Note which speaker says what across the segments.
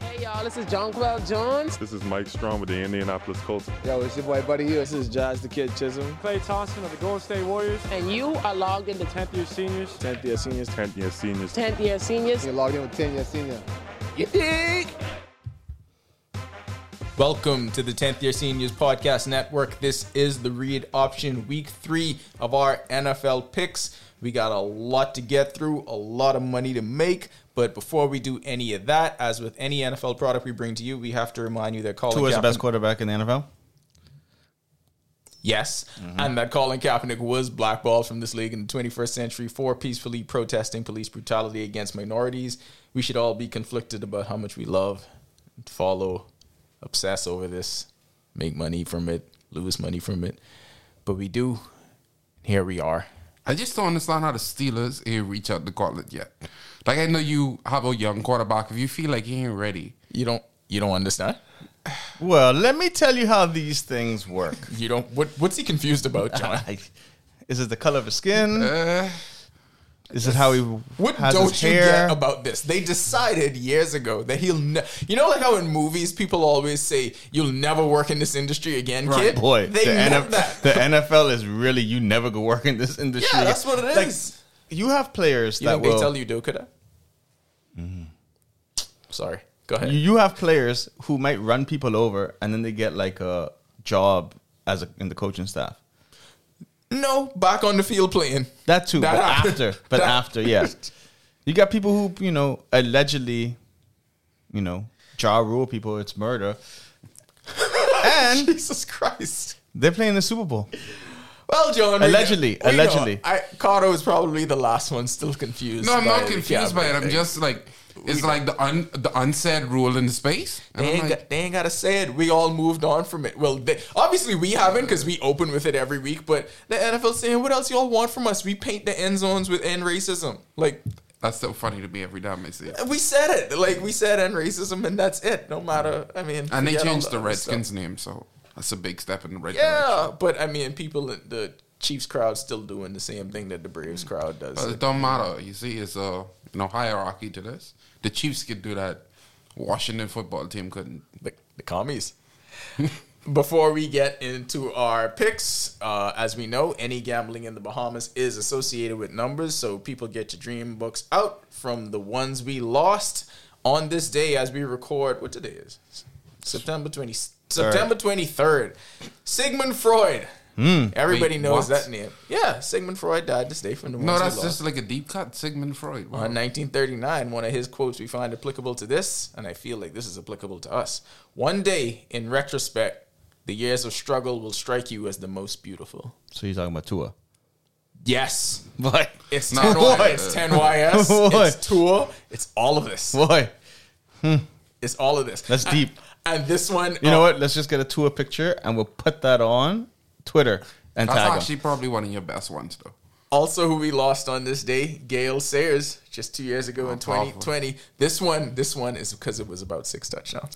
Speaker 1: Hey y'all, this is Jonquel Jones.
Speaker 2: This is Mike Strong with the Indianapolis Colts.
Speaker 3: Yo, it's your boy Buddy Hill. This is Josh the Kid Chisholm.
Speaker 4: Clay Thompson of the Golden State Warriors.
Speaker 1: And you are logged into
Speaker 4: 10th year seniors.
Speaker 3: 10th year seniors.
Speaker 2: 10th year seniors.
Speaker 1: 10th year seniors.
Speaker 3: You're logged in with 10 year senior.
Speaker 1: You dig?
Speaker 5: Welcome to the 10th Year Seniors Podcast Network. This is the read option week three of our NFL picks. We got a lot to get through, a lot of money to make. But before we do any of that, as with any NFL product we bring to you, we have to remind you that Colin
Speaker 6: Who is
Speaker 5: Kaepernick,
Speaker 6: the best quarterback in the NFL?
Speaker 5: yes, and that Colin Kaepernick was blackballed from this league in the 21st century for peacefully protesting police brutality against minorities. We should all be conflicted about how much we love, follow, obsess over this, make money from it, lose money from it, but we do. Here we are.
Speaker 7: I just don't understand how the Steelers ain't reach out the gauntlet yet. Like I know you have a young quarterback. If you feel like he ain't ready,
Speaker 5: You don't. You don't understand.
Speaker 6: Well, let me tell you how these things work.
Speaker 5: You don't. What, what's he confused about, John?
Speaker 6: I- is it the color of his skin? is it how he
Speaker 5: Uh, What
Speaker 6: has
Speaker 5: don't
Speaker 6: his
Speaker 5: you
Speaker 6: hair?
Speaker 5: get about this? They decided years ago that he'll, ne- you know, like how in movies people always say, "You'll never work in this industry again, kid."
Speaker 6: Boy,
Speaker 5: they
Speaker 6: the,
Speaker 5: know
Speaker 6: NF
Speaker 5: that.
Speaker 6: the NFL is really you never go work in this industry.
Speaker 5: yeah, that's what it is.
Speaker 6: Like, you have players
Speaker 5: you
Speaker 6: that
Speaker 5: think
Speaker 6: will Mm-hmm.
Speaker 5: they tell you do, could I? Sorry, go ahead.
Speaker 6: you, you have players who might run people over and then they get like a job as a, in the coaching staff.
Speaker 5: no, back on the field playing.
Speaker 6: That too,
Speaker 5: That
Speaker 6: but
Speaker 5: happened.
Speaker 6: after, but
Speaker 5: That-
Speaker 6: after, yes. You got people who you know allegedly, you know, jaw rule people. It's murder, and
Speaker 5: Jesus Christ.
Speaker 6: they're playing the Super Bowl.
Speaker 5: Well, John, we
Speaker 6: Allegedly,
Speaker 5: know- we know.
Speaker 6: allegedly.
Speaker 5: I, Cardo is probably the last one still confused.
Speaker 7: no, I'm not
Speaker 5: by the
Speaker 7: confused by it.
Speaker 5: Kaepernick
Speaker 7: I'm
Speaker 5: thing.
Speaker 7: just like it's like the un the unsaid rule in space. And
Speaker 5: They
Speaker 7: I'm
Speaker 5: ain't,
Speaker 7: like,
Speaker 5: got, they ain't gotta say it. We all moved on from it. Well, they, obviously we haven't because we open with it every week. But the NFL saying, "What else y'all want from us? We paint the end zones with end racism." Like
Speaker 7: that's so funny to me every time I see it.
Speaker 5: we said it. Like we said end racism, and that's it. No matter. I mean,
Speaker 7: And they
Speaker 5: forget all
Speaker 7: changed the
Speaker 5: other
Speaker 7: Redskins'
Speaker 5: stuff.
Speaker 7: name, so that's a big step in the right direction.
Speaker 5: Yeah, but I mean, people in the Chiefs crowd still doing the same thing that the Braves crowd does.
Speaker 7: But it don't matter. You see, it's a you know hierarchy to this. The Chiefs could do that. Washington football team couldn't.
Speaker 5: the, the commies. Before we get into our picks, uh, as we know, any gambling in the Bahamas is associated with numbers. So people get your dream books out from the ones we lost on this day as we record. What today is? September 20, September 23rd. Sigmund Freud. Everybody
Speaker 7: Hmm. Wait,
Speaker 5: knows
Speaker 7: what?
Speaker 5: that name. Yeah, Sigmund Freud died this day from the ones
Speaker 7: No,
Speaker 5: we
Speaker 7: that's
Speaker 5: lost.
Speaker 7: just like a deep cut. Sigmund Freud. Wow.
Speaker 6: Oh.
Speaker 5: On 1939, one of his quotes we find applicable to this, and I feel like this is applicable to us. One day, in retrospect, the years of struggle will strike you as the most beautiful.
Speaker 6: So you're talking about Tua,
Speaker 5: Yes,
Speaker 6: boy,
Speaker 5: it's
Speaker 7: No,
Speaker 5: 10
Speaker 7: boy.
Speaker 5: It's 10YS.
Speaker 6: Boy.
Speaker 5: it's Tour. It's all of this.
Speaker 6: boy,
Speaker 5: It's all of this.
Speaker 6: that's deep.
Speaker 5: And this one,
Speaker 6: You know what? Let's just get a Tua picture and we'll put that on Twitter and
Speaker 7: That's
Speaker 6: tag
Speaker 7: actually
Speaker 6: him.
Speaker 7: probably one of your best ones, though.
Speaker 5: Also, who we lost on this day, Gail Sayers, just two years ago in
Speaker 7: powerful.
Speaker 5: 2020. This one, this one is because it was about six touchdowns.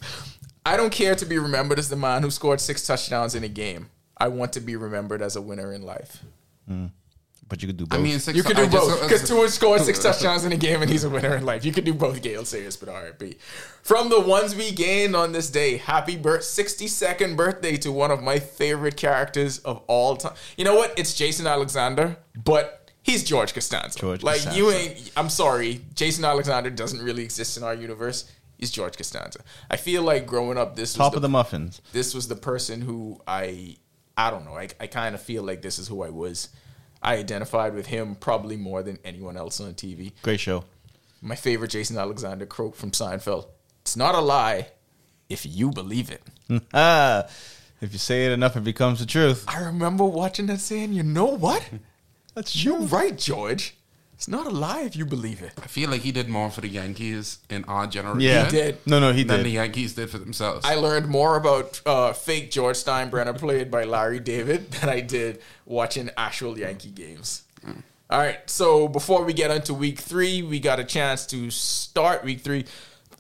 Speaker 5: I don't care to be remembered as the man who scored six touchdowns in a game. I want to be remembered as a winner in life.
Speaker 6: But you could do
Speaker 7: I
Speaker 6: both.
Speaker 7: mean, six
Speaker 5: You could do
Speaker 7: I just-
Speaker 5: both because Tua scored six touchdowns in a game and he's a winner in life. You could do both, Gail Sayers, but RIP. From the ones we gained on this day, happy birth, 62nd birthday to one of my favorite characters of all time. You know what? It's Jason Alexander, but he's George Costanza.
Speaker 6: George
Speaker 5: like
Speaker 6: Costanza.
Speaker 5: you ain't. I'm sorry, Jason Alexander doesn't really exist in our universe. He's George Costanza. I feel like growing up, this
Speaker 6: top
Speaker 5: was
Speaker 6: of the muffins.
Speaker 5: this was the person who I I don't know. I, I kind of feel like this is who I was. I identified with him probably more than anyone else on TV.
Speaker 6: Great show.
Speaker 5: My favorite Jason Alexander quote from Seinfeld. It's not a lie if you believe it.
Speaker 6: Ah, if you say it enough, it becomes the truth.
Speaker 5: I remember watching that saying, you know what?
Speaker 6: That's
Speaker 5: You're right, George. It's not a lie if you believe it.
Speaker 7: I feel like he did more for the Yankees in our generation
Speaker 6: Yeah.
Speaker 5: He did.
Speaker 6: No, no, he
Speaker 7: than
Speaker 6: did.
Speaker 7: the Yankees did for themselves.
Speaker 5: I learned more about uh, fake George Steinbrenner played by Larry David than I did watching actual Yankee games. All right, so before we get into week three, we got a chance to start week three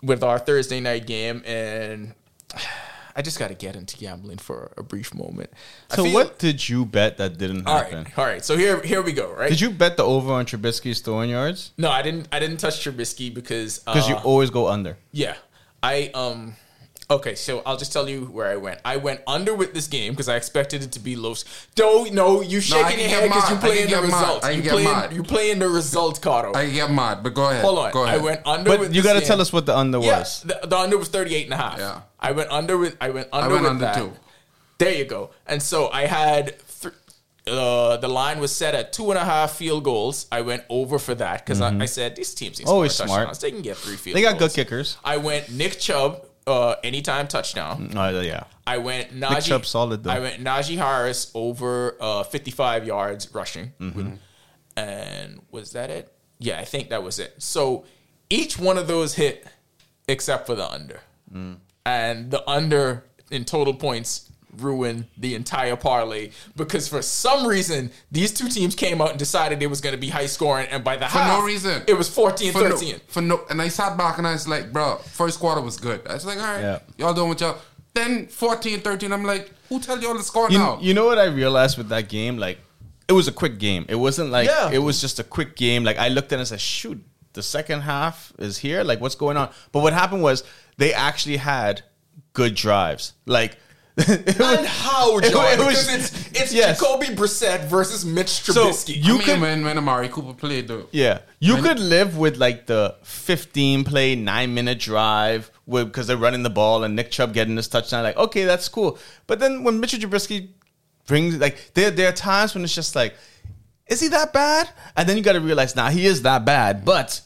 Speaker 5: with our Thursday night game, and I just got to get into gambling for a brief moment. I
Speaker 6: so
Speaker 5: feel-
Speaker 6: what did you bet that didn't
Speaker 5: All
Speaker 6: happen?
Speaker 5: right, all right. So here, here we go. Right?
Speaker 6: Did you bet the over on Trubisky's throwing yards?
Speaker 5: No, I didn't. I didn't touch Trubisky because
Speaker 6: Because
Speaker 5: uh,
Speaker 6: you always go under.
Speaker 5: yeah. I um okay, so I'll just tell you where I went. I went under with this game because I expected it to be low. Don't no, you shaking
Speaker 7: can
Speaker 5: your
Speaker 7: get
Speaker 5: head because
Speaker 7: mad.
Speaker 5: you
Speaker 7: I can
Speaker 5: playing the
Speaker 7: get mad.
Speaker 5: result.
Speaker 7: I can
Speaker 5: You
Speaker 7: get
Speaker 5: playing
Speaker 7: mad.
Speaker 5: you playing the result, Cardo.
Speaker 7: I get mad, but go ahead.
Speaker 5: Hold on,
Speaker 7: Go
Speaker 5: I
Speaker 7: ahead.
Speaker 5: went under.
Speaker 6: But
Speaker 5: with
Speaker 6: you
Speaker 5: this
Speaker 6: got to
Speaker 5: game.
Speaker 6: tell us what the under was.
Speaker 5: Yeah, the, the under was 38 and a half.
Speaker 7: Yeah.
Speaker 5: I went under with I went under
Speaker 7: I went
Speaker 5: with
Speaker 7: under
Speaker 5: that.
Speaker 7: too.
Speaker 5: There you go. And so I had th- uh, the line was set at two and a half field goals. I went over for that because I, I said these teams need to
Speaker 6: Mm-hmm. Always
Speaker 5: score
Speaker 6: smart.
Speaker 5: touchdowns. They can get three field.
Speaker 6: They got good
Speaker 5: goals."
Speaker 6: kickers.
Speaker 5: I went Nick Chubb uh, anytime touchdown.
Speaker 6: Uh, yeah.
Speaker 5: I went Najee.
Speaker 6: Chubb solid, though.
Speaker 5: I went Najee Harris over uh, 55 yards rushing.
Speaker 6: Mm-hmm.
Speaker 5: And was that it? Yeah, I think that was it. So each one of those hit except for the under.
Speaker 6: Mm.
Speaker 5: And the under in total points ruined the entire parlay because for some reason these two teams came out and decided it was going to be high scoring and by the
Speaker 7: no
Speaker 5: half
Speaker 7: reason.
Speaker 5: it was 14
Speaker 7: for no,
Speaker 5: 13
Speaker 7: for no, and I sat back and I was like, bro, first quarter was good. I was like, all right,
Speaker 6: Yeah.
Speaker 7: y'all doing what y'all. Then 14, 13, I'm like, who tell y'all the score
Speaker 6: You,
Speaker 7: now?
Speaker 6: you know what I realized with that game? Like, it was a quick game. It wasn't like
Speaker 5: Yeah.
Speaker 6: it was just a quick game. Like I looked at it and said, "Shoot, the second half is here. Like, what's going on?" But what happened was they actually had good drives. Like, it was-
Speaker 5: and how
Speaker 6: it
Speaker 5: John?
Speaker 6: was-
Speaker 5: because it's it's
Speaker 6: Yes.
Speaker 5: Jacoby Brissett versus Mitch
Speaker 6: So,
Speaker 5: Trubisky.
Speaker 7: you
Speaker 6: you
Speaker 7: I mean,
Speaker 6: could-
Speaker 7: when, when Amari Cooper played, though.
Speaker 6: Yeah, you could live with like the 15 play, nine minute drive because they're running the ball and Nick Chubb getting this touchdown. Like, okay, that's cool. But then when Mitchell Trubisky brings, like, there there are times when it's just like, is he that bad? And then you got to realize, nah, he is that bad, but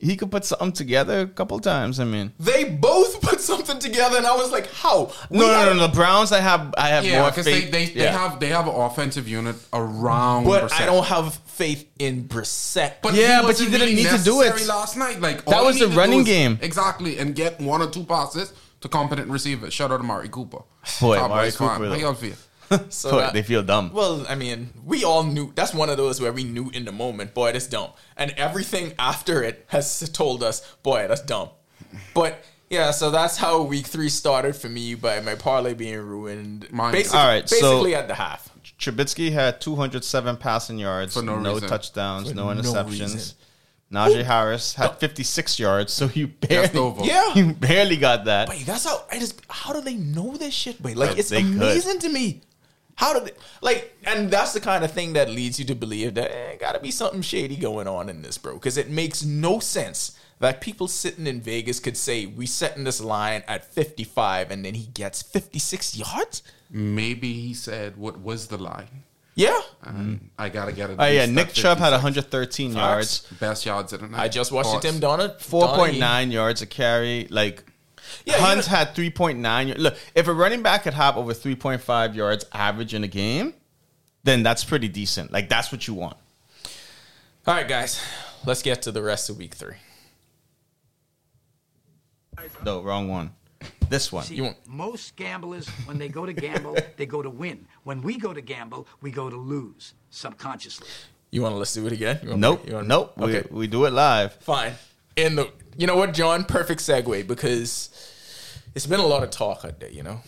Speaker 6: he could put something together a couple times. I mean,
Speaker 5: they both put something together, and I was like, "How?" We
Speaker 6: no,
Speaker 5: had-
Speaker 6: no, no, no, the Browns. I have, I have
Speaker 7: Yeah,
Speaker 6: more
Speaker 7: because they,
Speaker 6: faith.
Speaker 7: they, they
Speaker 6: Yeah.
Speaker 7: have they have an offensive unit around.
Speaker 5: But
Speaker 7: Brissett.
Speaker 5: I don't have faith in Brissett.
Speaker 7: But
Speaker 6: Yeah,
Speaker 7: he
Speaker 6: but
Speaker 7: wasn't
Speaker 6: you didn't
Speaker 7: really
Speaker 6: need to do it.
Speaker 7: necessary last night. Like
Speaker 6: That
Speaker 7: all he
Speaker 6: was the
Speaker 7: needed to
Speaker 6: running
Speaker 7: do was-
Speaker 6: game.
Speaker 7: exactly, and get one or two passes to competent receivers. Shout out to Amari Cooper.
Speaker 6: Boy,
Speaker 7: Cowboys
Speaker 6: Amari
Speaker 7: fan.
Speaker 6: Cooper,
Speaker 7: How
Speaker 6: though.
Speaker 7: y'all feel?
Speaker 5: so
Speaker 6: But
Speaker 5: that-
Speaker 6: they feel dumb.
Speaker 5: Well, I mean, we all knew. That's one of those where we knew in the moment, boy, that's dumb. And everything after it has told us, boy, that's dumb. But yeah, so that's how week three started for me by my parlay being ruined.
Speaker 7: Mine-
Speaker 5: Basically,
Speaker 6: All right, so-
Speaker 5: basically at the half.
Speaker 6: Trubisky had 207 passing yards,
Speaker 7: For no
Speaker 6: no,
Speaker 7: reason.
Speaker 6: touchdowns, no interceptions.
Speaker 5: reason.
Speaker 6: Najee Harris had 56 yards, so you
Speaker 7: That's
Speaker 6: barely,
Speaker 7: over.
Speaker 5: Yeah.
Speaker 6: you barely got that.
Speaker 5: Wait, that's how I just. How do they know this shit? Wait, like
Speaker 6: Like,
Speaker 5: it's
Speaker 6: they could.
Speaker 5: amazing to me. How do they like? And that's the kind of thing that leads you to believe that eh, got to be something shady going on in this, bro. Because it makes no sense that people sitting in Vegas could say we setting this line at fifty five, and then he gets fifty six yards.
Speaker 7: Maybe he said what was the line.
Speaker 5: Yeah,
Speaker 7: And I gotta get it.
Speaker 6: Oh, yeah. Nick Chubb had 113 yards,
Speaker 7: best yards in the night.
Speaker 5: I just watched
Speaker 7: Pause.
Speaker 5: it. Tim Donna
Speaker 6: 4.9 yards a carry. Like,
Speaker 5: Yeah, you
Speaker 6: Hunt
Speaker 5: know-
Speaker 6: had 3.9. y- Look, if a running back could hop over 3.5 yards average in a game, then that's pretty decent. Like, that's what you want.
Speaker 5: All right, guys, let's get to the rest of week three.
Speaker 6: No, wrong one. This one.
Speaker 5: You won't-
Speaker 8: Most gamblers, when they go to gamble, they go to win. When we go to gamble, we go to lose subconsciously.
Speaker 5: You want to let's do it again? You wanna-
Speaker 6: Nope.
Speaker 5: you wanna-
Speaker 6: Nope.
Speaker 5: Okay.
Speaker 6: We, we do it live.
Speaker 5: fine. In the you know what, John? Perfect segue because it's been a lot of talk out there. You know,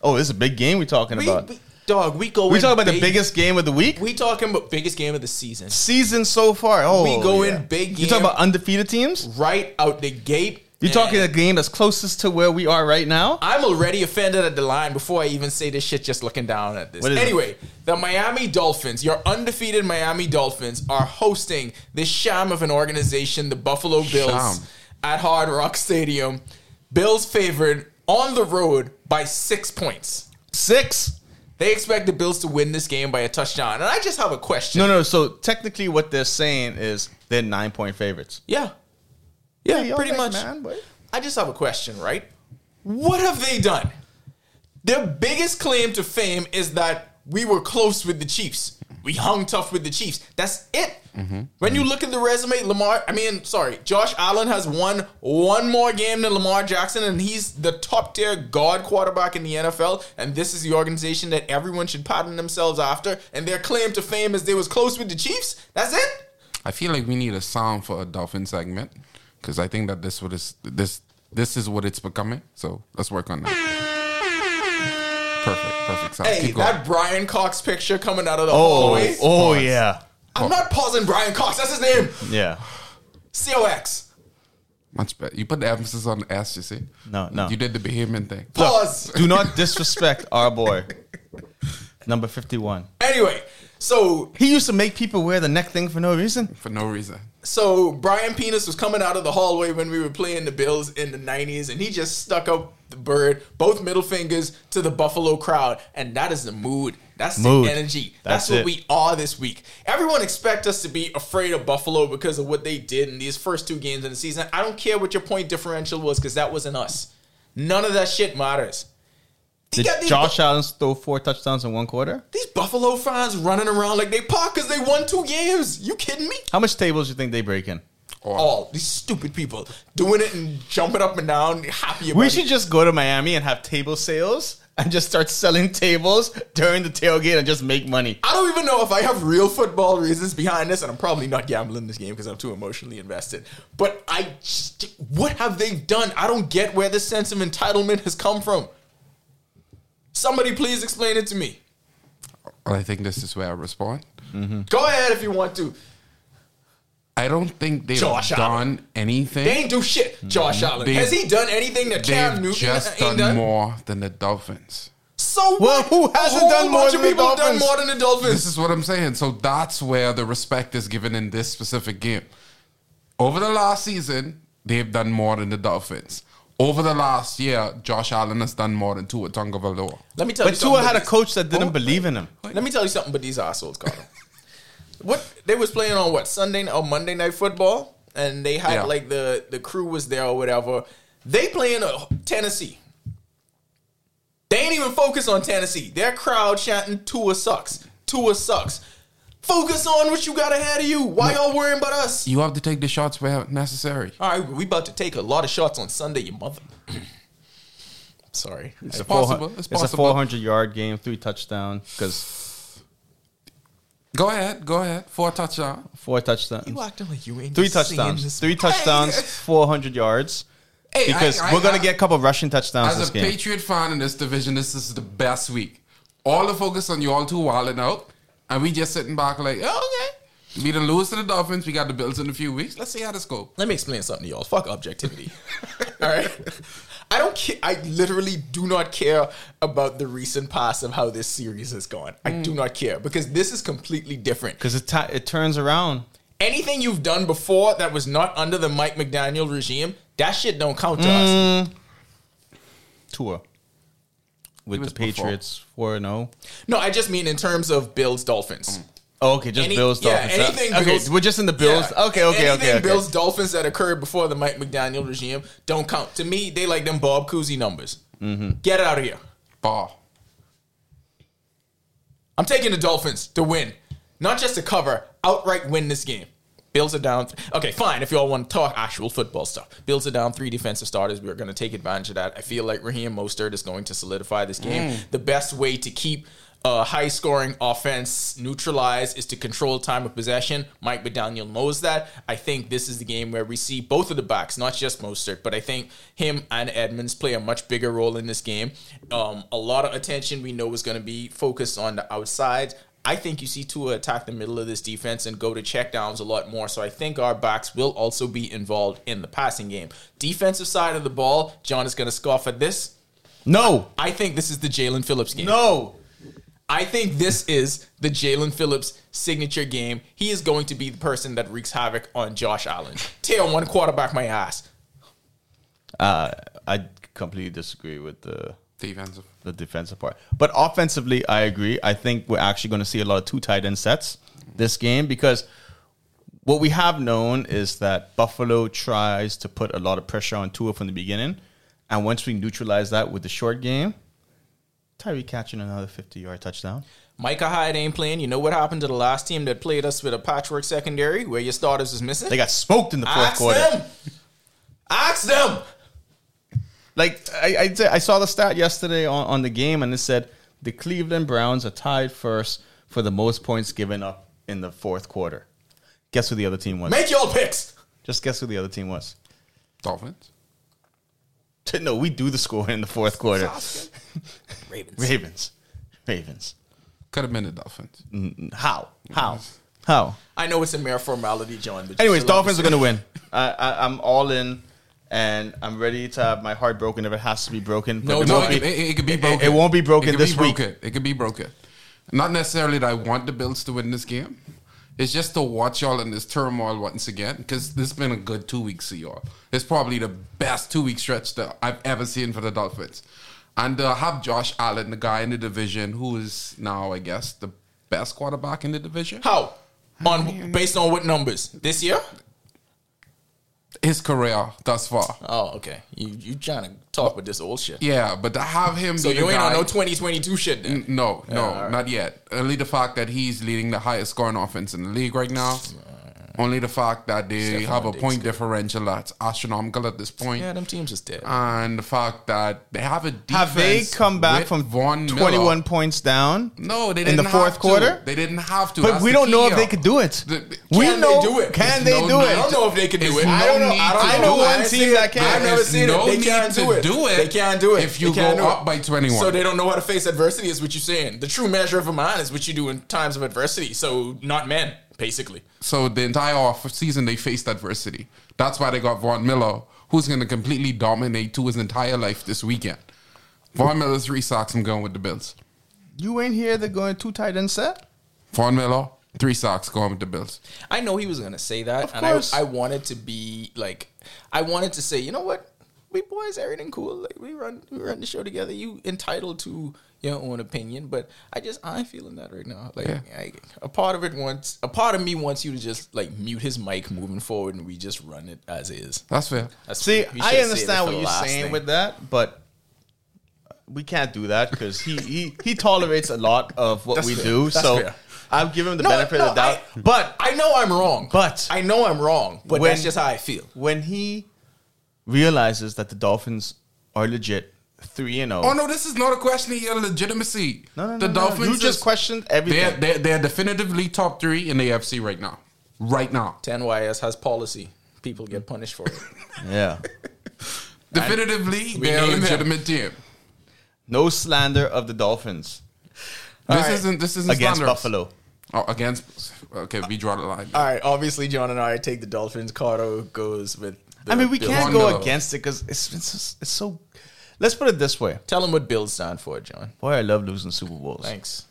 Speaker 6: Oh, this is a big game we're talking
Speaker 5: we,
Speaker 6: about.
Speaker 5: we dog, we go.
Speaker 6: We
Speaker 5: in
Speaker 6: talk about the
Speaker 5: big-
Speaker 6: biggest game of the week
Speaker 5: We talking about biggest game of the season,
Speaker 6: season so far. Oh,
Speaker 5: We go in big
Speaker 6: You talk
Speaker 5: game.
Speaker 6: about undefeated teams.
Speaker 5: right out the gate.
Speaker 6: You
Speaker 5: and
Speaker 6: talking a game that's closest to where we are right now.
Speaker 5: I'm already offended at the line before I even say this shit. Just looking down at this.
Speaker 6: What is it?
Speaker 5: Anyway, the Miami Dolphins, your undefeated Miami Dolphins, are hosting this sham of an organization, the Buffalo Bills,
Speaker 7: Sham.
Speaker 5: at Hard Rock Stadium. Bills favored on the road by six points.
Speaker 6: Six.
Speaker 5: They expect the Bills to win this game by a touchdown. And I just have a question.
Speaker 6: No, no. So technically, what they're saying is they're nine point favorites.
Speaker 5: Yeah. Yeah,
Speaker 6: Hey, all
Speaker 5: pretty
Speaker 6: right,
Speaker 5: much.
Speaker 6: man, but-
Speaker 5: I just have a question, right? What have they done? Their biggest claim to fame is that we were close with the Chiefs. We hung tough with the Chiefs. That's it. When you look at the resume, Lamar, I mean, sorry, Josh Allen has won one more game than Lamar Jackson, and he's the top tier guard quarterback in the NFL. And this is the organization that everyone should pattern themselves after. And their claim to fame is they was close with the Chiefs. That's it.
Speaker 7: I feel like we need a sound for a dolphin segment because I think that this what is this this is what it's becoming. So let's work on that. Perfect, perfect sound.
Speaker 5: Hey,
Speaker 7: Keep going.
Speaker 5: that Brian Cox picture coming out of the
Speaker 6: Oh,
Speaker 5: hallway.
Speaker 6: oh yeah,
Speaker 5: I'm not pausing Brian Cox. That's his name.
Speaker 6: yeah.
Speaker 5: COX.
Speaker 7: Much better. You put the emphasis on the S, you see?
Speaker 6: No, no.
Speaker 7: You did the behemoth thing.
Speaker 5: Pause.
Speaker 6: Do not disrespect our boy. Number 51.
Speaker 5: Anyway, so
Speaker 6: He used to make people wear the neck thing for no reason.
Speaker 7: For no reason.
Speaker 5: so Brian Penis was coming out of the hallway when we were playing the Bills in the 90s, and he just stuck up the bird, both middle fingers to the Buffalo crowd, and that is the mood. That's
Speaker 6: Mood.
Speaker 5: the energy. That's,
Speaker 6: That's
Speaker 5: what
Speaker 6: it.
Speaker 5: we are this week. Everyone expect us to be afraid of Buffalo because of what they did in these first two games in the season. I don't care what your point differential was because that wasn't us. None of that shit matters. You
Speaker 6: Did
Speaker 5: got these
Speaker 6: Josh Allen throw four touchdowns in one quarter?
Speaker 5: These Buffalo fans running around like they park because they won two games. You kidding me?
Speaker 6: How much tables do you think they break in?
Speaker 5: All these stupid people doing it and jumping up and down, happy about
Speaker 6: We
Speaker 5: it.
Speaker 6: should just go to Miami and have table sales and just start selling tables during the tailgate and just make money.
Speaker 5: I don't even know if I have real football reasons behind this, and I'm probably not gambling this game because I'm too emotionally invested. But I, just, what have they done? I don't get where this sense of entitlement has come from. Somebody please explain it to me.
Speaker 7: I think this is where I respond.
Speaker 5: Go ahead if you want to.
Speaker 7: I don't think they've
Speaker 5: Josh
Speaker 7: done
Speaker 5: Allen.
Speaker 7: anything.
Speaker 5: They ain't do shit, Josh Allen.
Speaker 7: Mm-hmm. They-
Speaker 5: Has he done anything that Cam
Speaker 7: They've
Speaker 5: Newton
Speaker 7: just
Speaker 5: ain't
Speaker 7: done, more than the Dolphins.
Speaker 5: So what?
Speaker 6: Well, who
Speaker 5: A
Speaker 6: hasn't
Speaker 5: whole
Speaker 6: done more
Speaker 5: bunch
Speaker 6: than
Speaker 5: of
Speaker 6: the
Speaker 5: people have
Speaker 6: Dolphins?
Speaker 5: Done more than the Dolphins.
Speaker 7: This is what I'm saying. So that's where the respect is given in this specific game. Over the last season, they've done more than the Dolphins. Over the last year, Josh Allen has done more than Tua Tonga Valoa.
Speaker 5: let me tell
Speaker 6: But
Speaker 5: you. something
Speaker 6: Tua had a
Speaker 5: about
Speaker 6: coach that didn't
Speaker 7: Oh,
Speaker 6: believe in him.
Speaker 5: these- Let me tell you something. But these assholes, Carl. what they was playing on what Sunday or Monday night football, and they had
Speaker 7: Yeah.
Speaker 5: like the the crew was there or whatever. They playing uh, Tennessee. They ain't even focus on Tennessee. Their crowd chanting Tua sucks. Tua sucks. Focus on what you got ahead of you. Why y'all worrying about us?
Speaker 7: You have to take the shots where necessary.
Speaker 5: All right, we about to take a lot of shots on Sunday, you mother. Sorry.
Speaker 7: It's possible. It's
Speaker 6: It's a
Speaker 7: possible.
Speaker 6: 400 yard game, three touchdowns, because
Speaker 7: Go ahead. Go ahead. Four touchdown.
Speaker 6: four touchdowns.
Speaker 5: You acting like you ain't
Speaker 6: Three
Speaker 5: just seeing
Speaker 6: touchdowns.
Speaker 5: this-
Speaker 6: Three touchdowns, 400 yards.
Speaker 7: Hey,
Speaker 6: Because
Speaker 7: I- I-
Speaker 6: we're going
Speaker 7: I-
Speaker 6: to get a couple rushing touchdowns
Speaker 7: As
Speaker 6: this
Speaker 7: a
Speaker 6: game.
Speaker 7: Patriot fan in this division, this is the best week. All the focus on you all two wilding out, and we just sitting back like, oh, okay. We done lose to the Dolphins. We got the Bills in a few weeks. Let's see how this goes.
Speaker 5: Let me explain something to y'all. Fuck objectivity. All right. I don't care. I literally do not care about the recent past of how this series has gone. I do not care because this is completely different.
Speaker 6: Because it, ti- it turns around.
Speaker 5: Anything you've done before that was not under the Mike McDaniel regime, that shit don't count to us.
Speaker 6: Tua with
Speaker 7: was
Speaker 6: the Patriots oh. 4 0.
Speaker 5: No, I just mean in terms of Bills Dolphins.
Speaker 6: Oh, okay, just
Speaker 5: Any-
Speaker 6: Bills.
Speaker 5: yeah,
Speaker 6: Dolphins.
Speaker 5: anything
Speaker 6: Okay,
Speaker 5: Bills-
Speaker 6: we're just in the Bills.
Speaker 5: Yeah.
Speaker 6: Okay, okay,
Speaker 5: Anything
Speaker 6: okay. okay.
Speaker 5: Bills Dolphins that occurred before the Mike McDaniel regime don't count. To me, they like them Bob Cousy numbers.
Speaker 6: Mm-hmm.
Speaker 5: Get out of here.
Speaker 7: Ball.
Speaker 5: I'm taking the Dolphins to win, not just to cover, outright win this game. Bills are down. Th- okay, fine. If y'all want to talk actual football stuff, Bills are down three defensive starters. We're going to take advantage of that. I feel like Raheem Mostert is going to solidify this game.
Speaker 6: Mm.
Speaker 5: The best way to keep a high scoring offense neutralized is to control time of possession. Mike McDaniel knows that. I think this is the game where we see both of the backs, not just Mostert, but I think him and Edmonds play a much bigger role in this game. Um, a lot of attention we know is going to be focused on the outside. I think you see Tua attack the middle of this defense and go to checkdowns a lot more. So I think our backs will also be involved in the passing game. Defensive side of the ball, John is going to scoff at this.
Speaker 6: No,
Speaker 5: I think this is the Jalen Phillips game.
Speaker 6: no.
Speaker 5: I think this is the Jalen Phillips signature game. He is going to be the person that wreaks havoc on Josh Allen. Tail one quarterback my ass.
Speaker 6: I completely disagree with the
Speaker 7: Defensive.
Speaker 6: the defensive part. But offensively, I agree. I think we're actually going to see a lot of two tight end sets this game because what we have known is that Buffalo tries to put a lot of pressure on Tua from the beginning, and once we neutralize that with the short game, Tyree catching another fifty yard touchdown.
Speaker 5: Micah Hyde ain't playing. You know what happened to the last team that played us with a patchwork secondary where your starters was missing?
Speaker 6: They got smoked in the fourth
Speaker 5: Ask
Speaker 6: quarter.
Speaker 5: them. Ask them.
Speaker 6: Like I, I, said- I saw the stat yesterday on, on the game, and it said the Cleveland Browns are tied first for the most points given up in the fourth quarter. Guess who the other team was?
Speaker 5: Make your picks.
Speaker 6: Just guess who the other team was.
Speaker 7: Dolphins.
Speaker 6: No, we do the score in the fourth quarter.
Speaker 5: Ravens.
Speaker 6: Ravens, Ravens.
Speaker 7: Could have been the Dolphins.
Speaker 6: How? How? How?
Speaker 7: Mm-hmm.
Speaker 5: I know it's a mere formality, John. But you
Speaker 6: Anyways,
Speaker 5: still have
Speaker 6: Dolphins are
Speaker 5: to
Speaker 6: going to win. I, I, I'm all in. and I'm ready to have my heart broken if it has to be broken. but
Speaker 5: No,
Speaker 6: it
Speaker 7: No,
Speaker 6: won't
Speaker 7: it,
Speaker 5: Broken.
Speaker 7: it, it could be broken.
Speaker 6: It, won't be broken
Speaker 7: could
Speaker 6: this
Speaker 7: be
Speaker 6: week.
Speaker 7: broken. It could be broken. Not necessarily that I want the Bills to win this game. It's just to watch y'all in this turmoil once again because this has been a good two weeks of y'all. It's probably the best two week stretch that I've ever seen for the Dolphins. And uh, have Josh Allen, the guy in the division who is now, I guess, the best quarterback in the division.
Speaker 5: How? On based on what numbers this year?
Speaker 7: His career thus far.
Speaker 5: Oh, okay. You you trying to talk with this old shit?
Speaker 7: Yeah, but to have him.
Speaker 5: So
Speaker 7: be the
Speaker 5: you ain't on
Speaker 7: guy-
Speaker 5: no twenty twenty two shit then.
Speaker 7: No, no,
Speaker 5: all right.
Speaker 7: not yet. Only the fact that he's leading the highest scoring offense in the league right now. Only the fact that they
Speaker 5: Stephon
Speaker 7: have a
Speaker 5: Diggs
Speaker 7: point
Speaker 5: good.
Speaker 7: differential that's astronomical at this point,
Speaker 5: Yeah, them teams is dead.
Speaker 7: and the fact that they have a defense.
Speaker 6: Have they come back
Speaker 7: with
Speaker 6: from
Speaker 7: Von Miller.
Speaker 6: 21 points down?
Speaker 7: No, they
Speaker 6: in
Speaker 7: didn't
Speaker 6: the fourth
Speaker 7: have to.
Speaker 6: quarter?
Speaker 7: They didn't have to.
Speaker 6: But
Speaker 7: That's
Speaker 6: we
Speaker 7: the
Speaker 6: don't know
Speaker 7: key
Speaker 6: if they
Speaker 7: here.
Speaker 6: could do it.
Speaker 7: The-
Speaker 6: we
Speaker 5: Can they
Speaker 6: know,
Speaker 5: do it?
Speaker 6: Can
Speaker 7: There's
Speaker 6: they
Speaker 7: no
Speaker 6: do
Speaker 7: need
Speaker 6: it?
Speaker 5: I don't know if they can do
Speaker 7: There's
Speaker 5: it.
Speaker 7: no
Speaker 5: I don't know.
Speaker 7: need
Speaker 5: I, don't
Speaker 7: to
Speaker 6: I know
Speaker 7: do
Speaker 6: one
Speaker 7: it.
Speaker 6: team that can.
Speaker 5: I've never
Speaker 7: There's
Speaker 5: seen
Speaker 7: no
Speaker 5: it. They
Speaker 7: need
Speaker 5: can't
Speaker 7: to
Speaker 5: do it.
Speaker 7: do it
Speaker 5: They can't do it.
Speaker 7: if you
Speaker 5: They can't
Speaker 7: go
Speaker 5: do it.
Speaker 7: up by 21.
Speaker 5: So they don't know how to face adversity. Is what you're saying. The true measure of a man is what you do in times of adversity. So not men, basically.
Speaker 7: So the entire off season they faced adversity. That's why they got Von Miller, who's going to completely dominate to his entire life this weekend. Von Miller three sacks. I'm going with the Bills.
Speaker 6: You ain't hear they're going two tight end set?
Speaker 7: Von Miller three sacks. Going with the Bills.
Speaker 5: I know he was gonna say that, and
Speaker 6: course.
Speaker 5: I I wanted to be like, I wanted to say, you know what, we boys, everything cool. Like we run we run the show together. You entitled to your own opinion, but I just I'm feeling that right now. Like
Speaker 7: Yeah.
Speaker 5: I, a part of it wants a part of me wants you to just like mute his mic moving forward, and we just run it as is.
Speaker 7: That's fair.
Speaker 5: That's
Speaker 6: See,
Speaker 5: we should
Speaker 6: I
Speaker 5: say that for
Speaker 6: understand what
Speaker 5: the
Speaker 6: you're
Speaker 5: last
Speaker 6: saying
Speaker 5: thing.
Speaker 6: with that, but we can't do that because he, he he tolerates a lot of what we
Speaker 5: fair.
Speaker 6: do.
Speaker 5: That's
Speaker 6: so
Speaker 5: fair.
Speaker 6: I'll give him the
Speaker 5: No,
Speaker 6: benefit
Speaker 5: no,
Speaker 6: of the doubt.
Speaker 5: I-
Speaker 6: but
Speaker 5: I know I'm wrong,
Speaker 6: But-
Speaker 5: I know I'm wrong, but
Speaker 6: When-
Speaker 5: that's just how I feel.
Speaker 6: when he realizes that the Dolphins are legit three and
Speaker 7: Oh
Speaker 6: zero,
Speaker 7: no, this is not a question of your legitimacy.
Speaker 6: no, no,
Speaker 7: the
Speaker 6: no,
Speaker 7: Dolphins.
Speaker 6: No. You just
Speaker 7: is-
Speaker 6: questioned
Speaker 7: They're,
Speaker 6: everything.
Speaker 7: they're they're definitively top three in the AFC right now. Right now,
Speaker 5: 10YS has policy. People get punished for it.
Speaker 6: Yeah.
Speaker 7: definitively they're a
Speaker 5: named him.
Speaker 7: legitimate team.
Speaker 6: No slander of the Dolphins
Speaker 7: This
Speaker 5: right.
Speaker 7: isn't this isn't
Speaker 6: against
Speaker 7: standards.
Speaker 6: Buffalo.
Speaker 7: Oh, against okay, we draw the line.
Speaker 5: All right, obviously, John and I take the Dolphins. Cardo goes with. The
Speaker 6: I mean, we
Speaker 5: Bills.
Speaker 6: can't
Speaker 7: Von
Speaker 6: go
Speaker 7: Miller.
Speaker 6: against it because it's, it's just- it's so. Let's put it this way.
Speaker 5: Tell them what Bills stand for, John.
Speaker 6: Boy, I love losing Super Bowls.
Speaker 5: Thanks.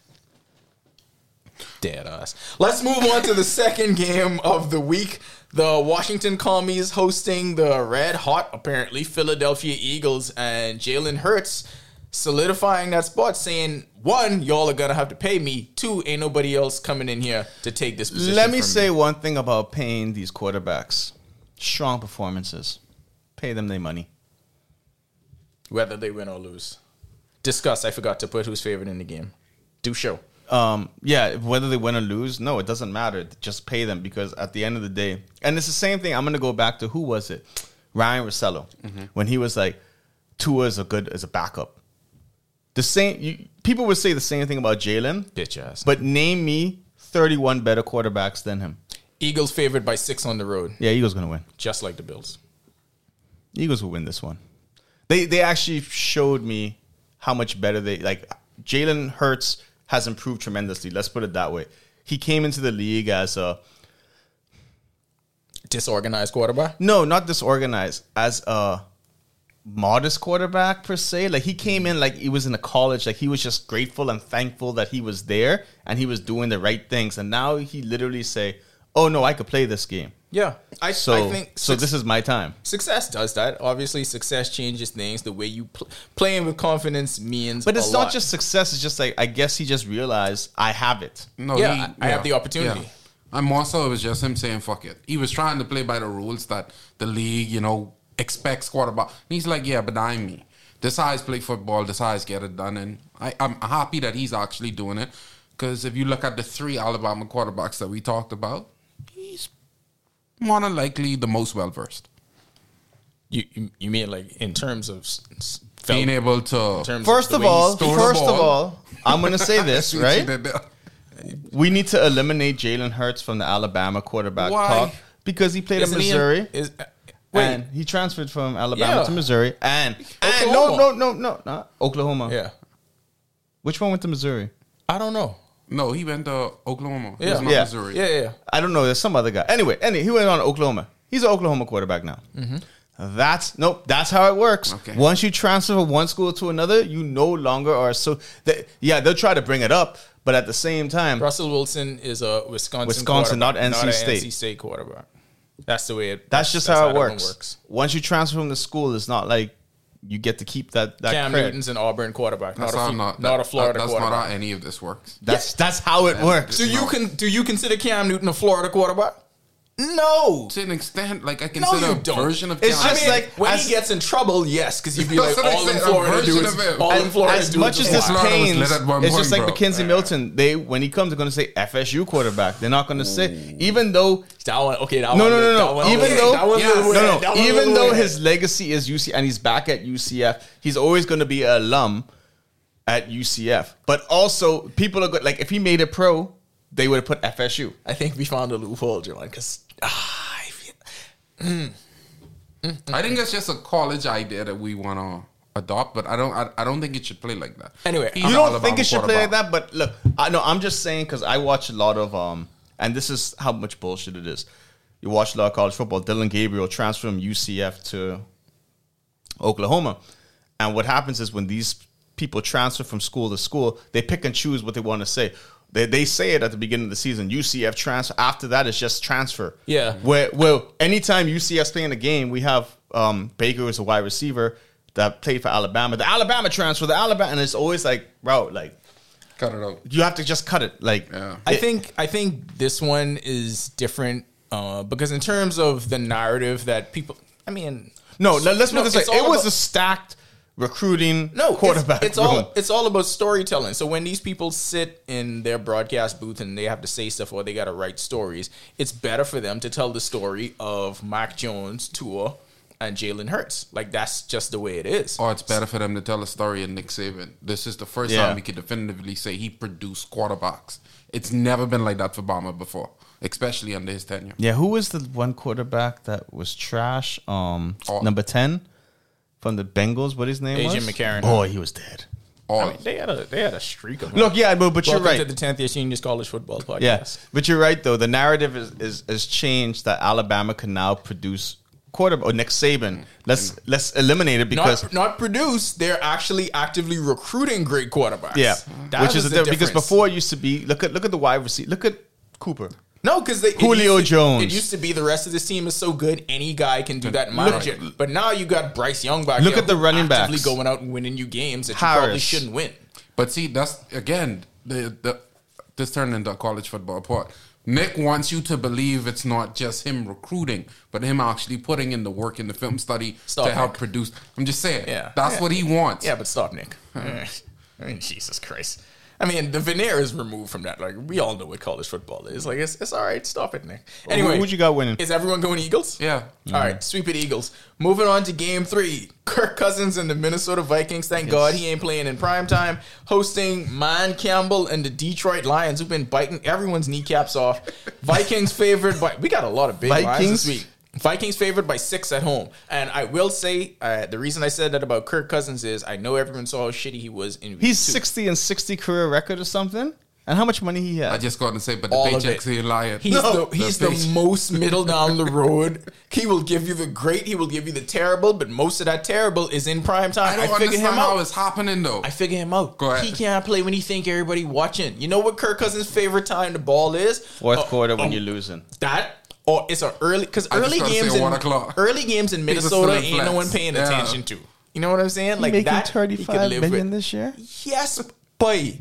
Speaker 5: Dead ass. Let's move on to the second game of the week. The Washington Commies hosting the red hot, apparently, Philadelphia Eagles and Jalen Hurts solidifying that spot, saying, one, y'all are going to have to pay me. Two, ain't nobody else coming in here to take this position.
Speaker 6: Let me
Speaker 5: from
Speaker 6: say one thing about paying these quarterbacks: strong performances. Pay them their money.
Speaker 5: whether they win or lose. Discuss. I forgot to put who's favorite in the game. Do show.
Speaker 6: um, yeah, whether they win or lose, no, it doesn't matter. Just pay them because at the end of the day, and it's the same thing. I'm gonna go back to who was it, Ryan Rossello,
Speaker 5: Mm-hmm.
Speaker 6: when he was like, Tua is a good as a backup. The same you, people would say the same thing about Jalen,
Speaker 5: Bitch ass. But
Speaker 6: but name me 31 better quarterbacks than him.
Speaker 5: Eagles favored by six on the road,
Speaker 6: Yeah, Eagles gonna win.
Speaker 5: just like the Bills.
Speaker 6: Eagles will win this one. They they actually showed me how much better they like. Jalen Hurts has improved tremendously. Let's put it that way. He came into the league as a
Speaker 5: Disorganized quarterback.
Speaker 6: No, not disorganized. As a modest quarterback per se. Like he came in like he was in a college. Like he was just grateful and thankful that he was there and he was doing the right things. And now he literally say, "Oh no, I could play this game."
Speaker 5: Yeah, I,
Speaker 6: So
Speaker 5: I think
Speaker 6: so.
Speaker 5: suc-
Speaker 6: This is my time.
Speaker 5: success does that. Obviously, success changes things. The way you pl- playing with confidence means,
Speaker 6: But
Speaker 5: a
Speaker 6: it's not
Speaker 5: lot.
Speaker 6: just success. It's just like I guess he just realized I have it.
Speaker 7: No,
Speaker 5: Yeah, I- I have the opportunity.
Speaker 7: And more so, it was just him saying "fuck it." He was trying to play by the rules that the league, you know, expects quarterback. And he's like, "Yeah, but I'm me. This how I play football. This how I get it done." And I, I'm happy that he's actually doing it because if you look at the three Alabama quarterbacks that we talked about, he's more than likely the most well versed.
Speaker 5: you, you. You mean like in terms of s- s- felt-
Speaker 7: Being able
Speaker 5: in
Speaker 7: to
Speaker 5: terms of
Speaker 6: First
Speaker 5: the
Speaker 6: of
Speaker 5: way he
Speaker 6: all,
Speaker 5: stole the
Speaker 6: first of
Speaker 5: ball?
Speaker 6: all, I'm gonna say this right. We need to eliminate Jalen Hurts from the Alabama quarterback
Speaker 7: Why?
Speaker 6: talk because he played
Speaker 5: Isn't
Speaker 6: at
Speaker 5: he in-
Speaker 6: Missouri.
Speaker 5: is- uh, wait,
Speaker 6: and he transferred from Alabama
Speaker 5: Yeah.
Speaker 6: to Missouri. And, and no,
Speaker 5: Oklahoma.
Speaker 6: no, no, no, no, Oklahoma.
Speaker 5: yeah,
Speaker 6: Which one went to Missouri?
Speaker 5: I don't know.
Speaker 7: no, he went to Oklahoma. He
Speaker 5: Yeah.
Speaker 7: was not
Speaker 6: Yeah.
Speaker 7: Missouri.
Speaker 5: Yeah, yeah.
Speaker 6: I don't know. There's some other guy. Anyway, anyway, he went on to Oklahoma. He's an Oklahoma quarterback now. That's nope. That's how it works.
Speaker 7: Okay.
Speaker 6: Once you transfer from one school to another, you no longer are so. They, yeah, they'll try to bring it up, but at the same time,
Speaker 5: Russell Wilson is a Wisconsin
Speaker 6: Wisconsin, not
Speaker 5: quarterback,
Speaker 6: NC
Speaker 5: a
Speaker 6: State.
Speaker 5: NC State quarterback. That's the way it.
Speaker 6: that's just how, it
Speaker 5: that one
Speaker 6: works. Once you transfer from the school, it's not like you get to keep that. that
Speaker 5: Cam
Speaker 6: cred.
Speaker 5: Newton's an Auburn quarterback, not
Speaker 7: That's
Speaker 5: a,
Speaker 7: how
Speaker 5: Fl-
Speaker 7: not,
Speaker 5: not,
Speaker 7: that-
Speaker 5: a Florida
Speaker 7: That's not
Speaker 5: quarterback.
Speaker 7: how any of this works.
Speaker 6: That's that's how it works.
Speaker 5: do you
Speaker 7: No.
Speaker 5: can do you consider Cam Newton a Florida quarterback? No.
Speaker 7: To an extent, like I consider
Speaker 5: you
Speaker 7: a
Speaker 5: don't.
Speaker 7: version of
Speaker 6: It's
Speaker 7: Cam.
Speaker 6: just
Speaker 5: I mean,
Speaker 6: like-
Speaker 5: when
Speaker 6: as-
Speaker 5: he gets in trouble, yes, because he'd be like
Speaker 7: That's what I
Speaker 5: all in
Speaker 7: said, a
Speaker 5: Florida
Speaker 7: version
Speaker 5: dudes,
Speaker 7: of him.
Speaker 5: all in Florida
Speaker 6: as
Speaker 5: dudes.
Speaker 6: much as this
Speaker 7: Florida was
Speaker 6: pains,
Speaker 7: lit at one
Speaker 6: it's
Speaker 7: point,
Speaker 6: just like
Speaker 7: bro.
Speaker 6: Mackenzie Milton. They when he comes, they're going to say FSU quarterback. They're not going to say even though
Speaker 5: that one, okay, that
Speaker 6: no
Speaker 5: one,
Speaker 6: no no
Speaker 5: that
Speaker 6: no.
Speaker 5: one,
Speaker 6: even
Speaker 5: okay,
Speaker 6: though
Speaker 5: that one
Speaker 7: Yeah.
Speaker 5: little
Speaker 6: no
Speaker 5: weird, that
Speaker 6: no
Speaker 5: one
Speaker 6: even
Speaker 5: little
Speaker 6: though
Speaker 5: weird.
Speaker 6: his legacy is UC and he's back at UCF, he's always going to be an alum at UCF. But also people are good. Like if he made it pro, they would have put FSU.
Speaker 5: I think we found a loophole, John, because ah, I feel-
Speaker 7: I think that's just a college idea that we want to adopt, but I don't. I, I don't think it should play like that.
Speaker 5: Anyway,
Speaker 7: He's
Speaker 5: you
Speaker 6: you
Speaker 7: an
Speaker 6: don't
Speaker 7: Alabama
Speaker 6: think it should play like
Speaker 7: quarterback.
Speaker 6: that, but look, I know I'm just saying because I watch a lot of um, and this is how much bullshit it is. You watch a lot of college football. Dylan Gabriel transferred from UCF to Oklahoma, and what happens is when these people transfer from school to school, they pick and choose what they want to say. They, they say it at the beginning of the season. UCF transfer. After that, it's just transfer.
Speaker 5: Yeah.
Speaker 6: Where well, anytime UCF's playing a game, we have um, Baker as a wide receiver that played for Alabama. The Alabama transfer, the Alabama, and it's always like, bro, like
Speaker 7: Cut it out.
Speaker 6: you have to just cut it. Like,
Speaker 7: Yeah.
Speaker 5: I think I think this one is different uh, because in terms of the narrative that people, I mean,
Speaker 6: no, let, us put
Speaker 5: No,
Speaker 6: it this way:
Speaker 5: it's
Speaker 6: it
Speaker 5: all
Speaker 6: was
Speaker 5: about-
Speaker 6: a stacked recruiting
Speaker 5: no it's-
Speaker 6: quarterback.
Speaker 5: It's,
Speaker 6: room.
Speaker 5: all it's all about storytelling. So when these people sit in their broadcast booth and they have to say stuff or they got to write stories, it's better for them to tell the story of Mac Jones, Tua, and Jalen Hurts. Like that's just the way it is.
Speaker 7: Or Oh, it's better for them to tell a story of Nick Saban. This is the first
Speaker 6: Yeah.
Speaker 7: time we could definitively say he produced quarterbacks. It's never been like that for Bama before, especially under his tenure.
Speaker 6: Yeah, who was the one quarterback that was trash? Um,
Speaker 7: Oh.
Speaker 6: number ten from the Bengals. What his name
Speaker 5: A.J.
Speaker 6: was?
Speaker 5: McCarron.
Speaker 6: Boy, he was dead.
Speaker 7: All
Speaker 5: They had a they had a streak of
Speaker 6: Look, yeah, but, but you're
Speaker 5: Welcome
Speaker 6: right.
Speaker 5: to the 10th year seniors college football podcast.
Speaker 6: yeah, but you're right though. The narrative is is, is changed that Alabama can now produce quarterback or Nick Saban. Let's let's eliminate it because
Speaker 5: Mm. not, not produce. They're actually actively recruiting great quarterbacks.
Speaker 6: yeah,
Speaker 5: That
Speaker 6: which is
Speaker 5: the
Speaker 6: the difference. because
Speaker 5: difference.
Speaker 6: before it used to be look at look at the wide receiver. Look at Cooper.
Speaker 5: no, because they it
Speaker 6: Julio
Speaker 5: used to-
Speaker 6: Jones.
Speaker 5: It used to be the rest of this team is so good, any guy can do that. and Manage it. But now you got Bryce Young back.
Speaker 6: Look
Speaker 5: here
Speaker 6: at the
Speaker 5: who
Speaker 6: running
Speaker 5: actively
Speaker 6: backs.
Speaker 5: going out and winning you games that you probably
Speaker 6: Harris.
Speaker 5: shouldn't win.
Speaker 7: But see, that's again the the this turned into a college football part. Nick wants you to believe it's not just him recruiting, but him actually putting in the work in the film study
Speaker 5: Stop,
Speaker 7: to help
Speaker 5: Nick.
Speaker 7: produce. I'm just saying,
Speaker 5: Yeah.
Speaker 7: that's
Speaker 5: Yeah.
Speaker 7: what he wants.
Speaker 5: Yeah, but stop, Nick. I mean, Jesus Christ. I mean, the veneer is removed from that. Like we all know what college football is. Like it's, it's all right. Stop it, Nick. Anyway,
Speaker 6: who would you got winning?
Speaker 5: Is everyone going Eagles?
Speaker 7: yeah.
Speaker 5: All right, sweep it Eagles. Moving on to game three. Kirk Cousins and the Minnesota Vikings. Thank God he ain't playing in prime time. Hosting Man Campbell and the Detroit Lions, who've been biting everyone's kneecaps off. Vikings favored by we got a lot of big lines this
Speaker 6: Vikings?
Speaker 5: week. Vikings favored by six at home. And I will say, uh, the reason I said that about Kirk Cousins is I know everyone saw how shitty he was in week
Speaker 6: He's
Speaker 5: two.
Speaker 6: sixty and sixty career record or something. And how much money he has?
Speaker 7: I just got to say, but the
Speaker 5: All of
Speaker 7: paychecks
Speaker 5: it.
Speaker 7: he lying.
Speaker 5: He's the he's the, most middle down the road. He will give you the great. He will give you the terrible. But most of that terrible is in prime time.
Speaker 7: I
Speaker 5: I,
Speaker 7: don't
Speaker 5: figure him
Speaker 7: understand how
Speaker 5: out.
Speaker 7: it's happening though.
Speaker 5: I figure him out.
Speaker 7: Go ahead.
Speaker 5: He can't play when he think everybody watching. You know what Kirk Cousins' favorite time the ball is?
Speaker 6: Fourth
Speaker 5: Uh,
Speaker 6: quarter when
Speaker 5: uh,
Speaker 6: you're losing.
Speaker 5: that or it's an early because
Speaker 7: just
Speaker 5: early
Speaker 7: gotta say
Speaker 5: games
Speaker 7: one
Speaker 5: in
Speaker 7: o'clock.
Speaker 5: early games in
Speaker 7: People
Speaker 5: Minnesota
Speaker 7: still in
Speaker 5: ain't no
Speaker 7: flats.
Speaker 5: one paying
Speaker 7: Yeah.
Speaker 5: attention to. You know what I'm saying? Like that he could live with.
Speaker 6: this year.
Speaker 5: Yes, boy.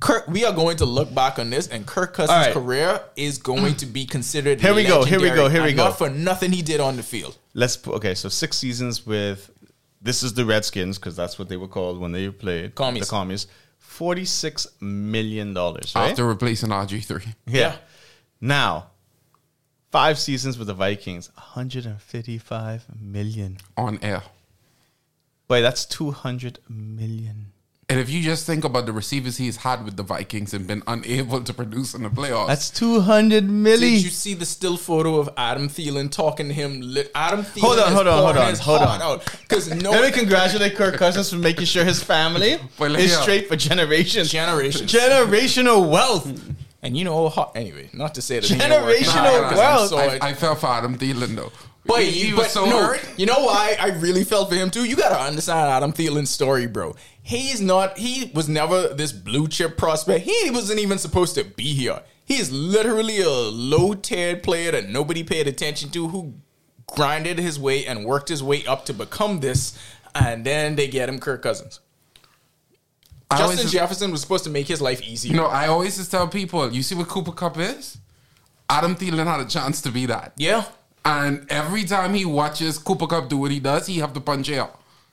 Speaker 5: Kirk, we are going to look back on this, and Kirk Cousins'
Speaker 6: All right.
Speaker 5: career is going to be considered.
Speaker 6: Here we go, here we
Speaker 5: legendary,
Speaker 6: go, here we
Speaker 5: and
Speaker 6: go.
Speaker 5: Not for nothing he did on the field.
Speaker 6: Let's put, okay. So six seasons with this is the Redskins because that's what they were called when they played
Speaker 5: Commies.
Speaker 6: The commies. Forty six million dollars. Right?
Speaker 7: after replacing RG three.
Speaker 6: yeah. Now, five seasons with the Vikings. One hundred and fifty five million.
Speaker 7: on air.
Speaker 6: Wait, that's two hundred million.
Speaker 7: And if you just think about the receivers he's had with the Vikings and been unable to produce in the playoffs,
Speaker 6: That's two hundred million.
Speaker 5: Did you see the still photo of Adam Thielen talking to him? Lit- Adam Thielen
Speaker 6: Hold on,
Speaker 5: is
Speaker 6: hold on, hold
Speaker 5: pouring
Speaker 6: on,
Speaker 5: his
Speaker 6: hold
Speaker 5: heart
Speaker 6: on.
Speaker 5: out because no
Speaker 6: Let me congratulate Kirk Cousins for making sure his family
Speaker 7: Well,
Speaker 6: is
Speaker 7: yeah.
Speaker 6: straight for generations.
Speaker 5: Generations.
Speaker 6: Generational wealth.
Speaker 5: and you know, ho- anyway, not to say that he didn't work
Speaker 6: Generational
Speaker 5: hard, 'cause I'm
Speaker 6: wealth.
Speaker 5: sorry.
Speaker 7: I, I fell for Adam Thielen though.
Speaker 5: But
Speaker 7: He- he
Speaker 5: you,
Speaker 7: was
Speaker 5: but
Speaker 7: so
Speaker 5: no,
Speaker 7: hurt.
Speaker 5: you know why I really felt for him too. You gotta understand Adam Thielen's story, bro. He's not. He was never this blue chip prospect. He wasn't even supposed to be here. He is literally a low tiered player that nobody paid attention to, who grinded his way and worked his way up to become this, and then they get him Kirk Cousins.
Speaker 7: I
Speaker 5: Justin
Speaker 7: always-
Speaker 5: Jefferson was supposed to make his life easier.
Speaker 7: You know, I always just tell people, you see what Cooper Cup is? Adam Thielen had a chance to be that.
Speaker 5: yeah,
Speaker 7: And every time he watches Cooper Cup do what he does, he have to punch air.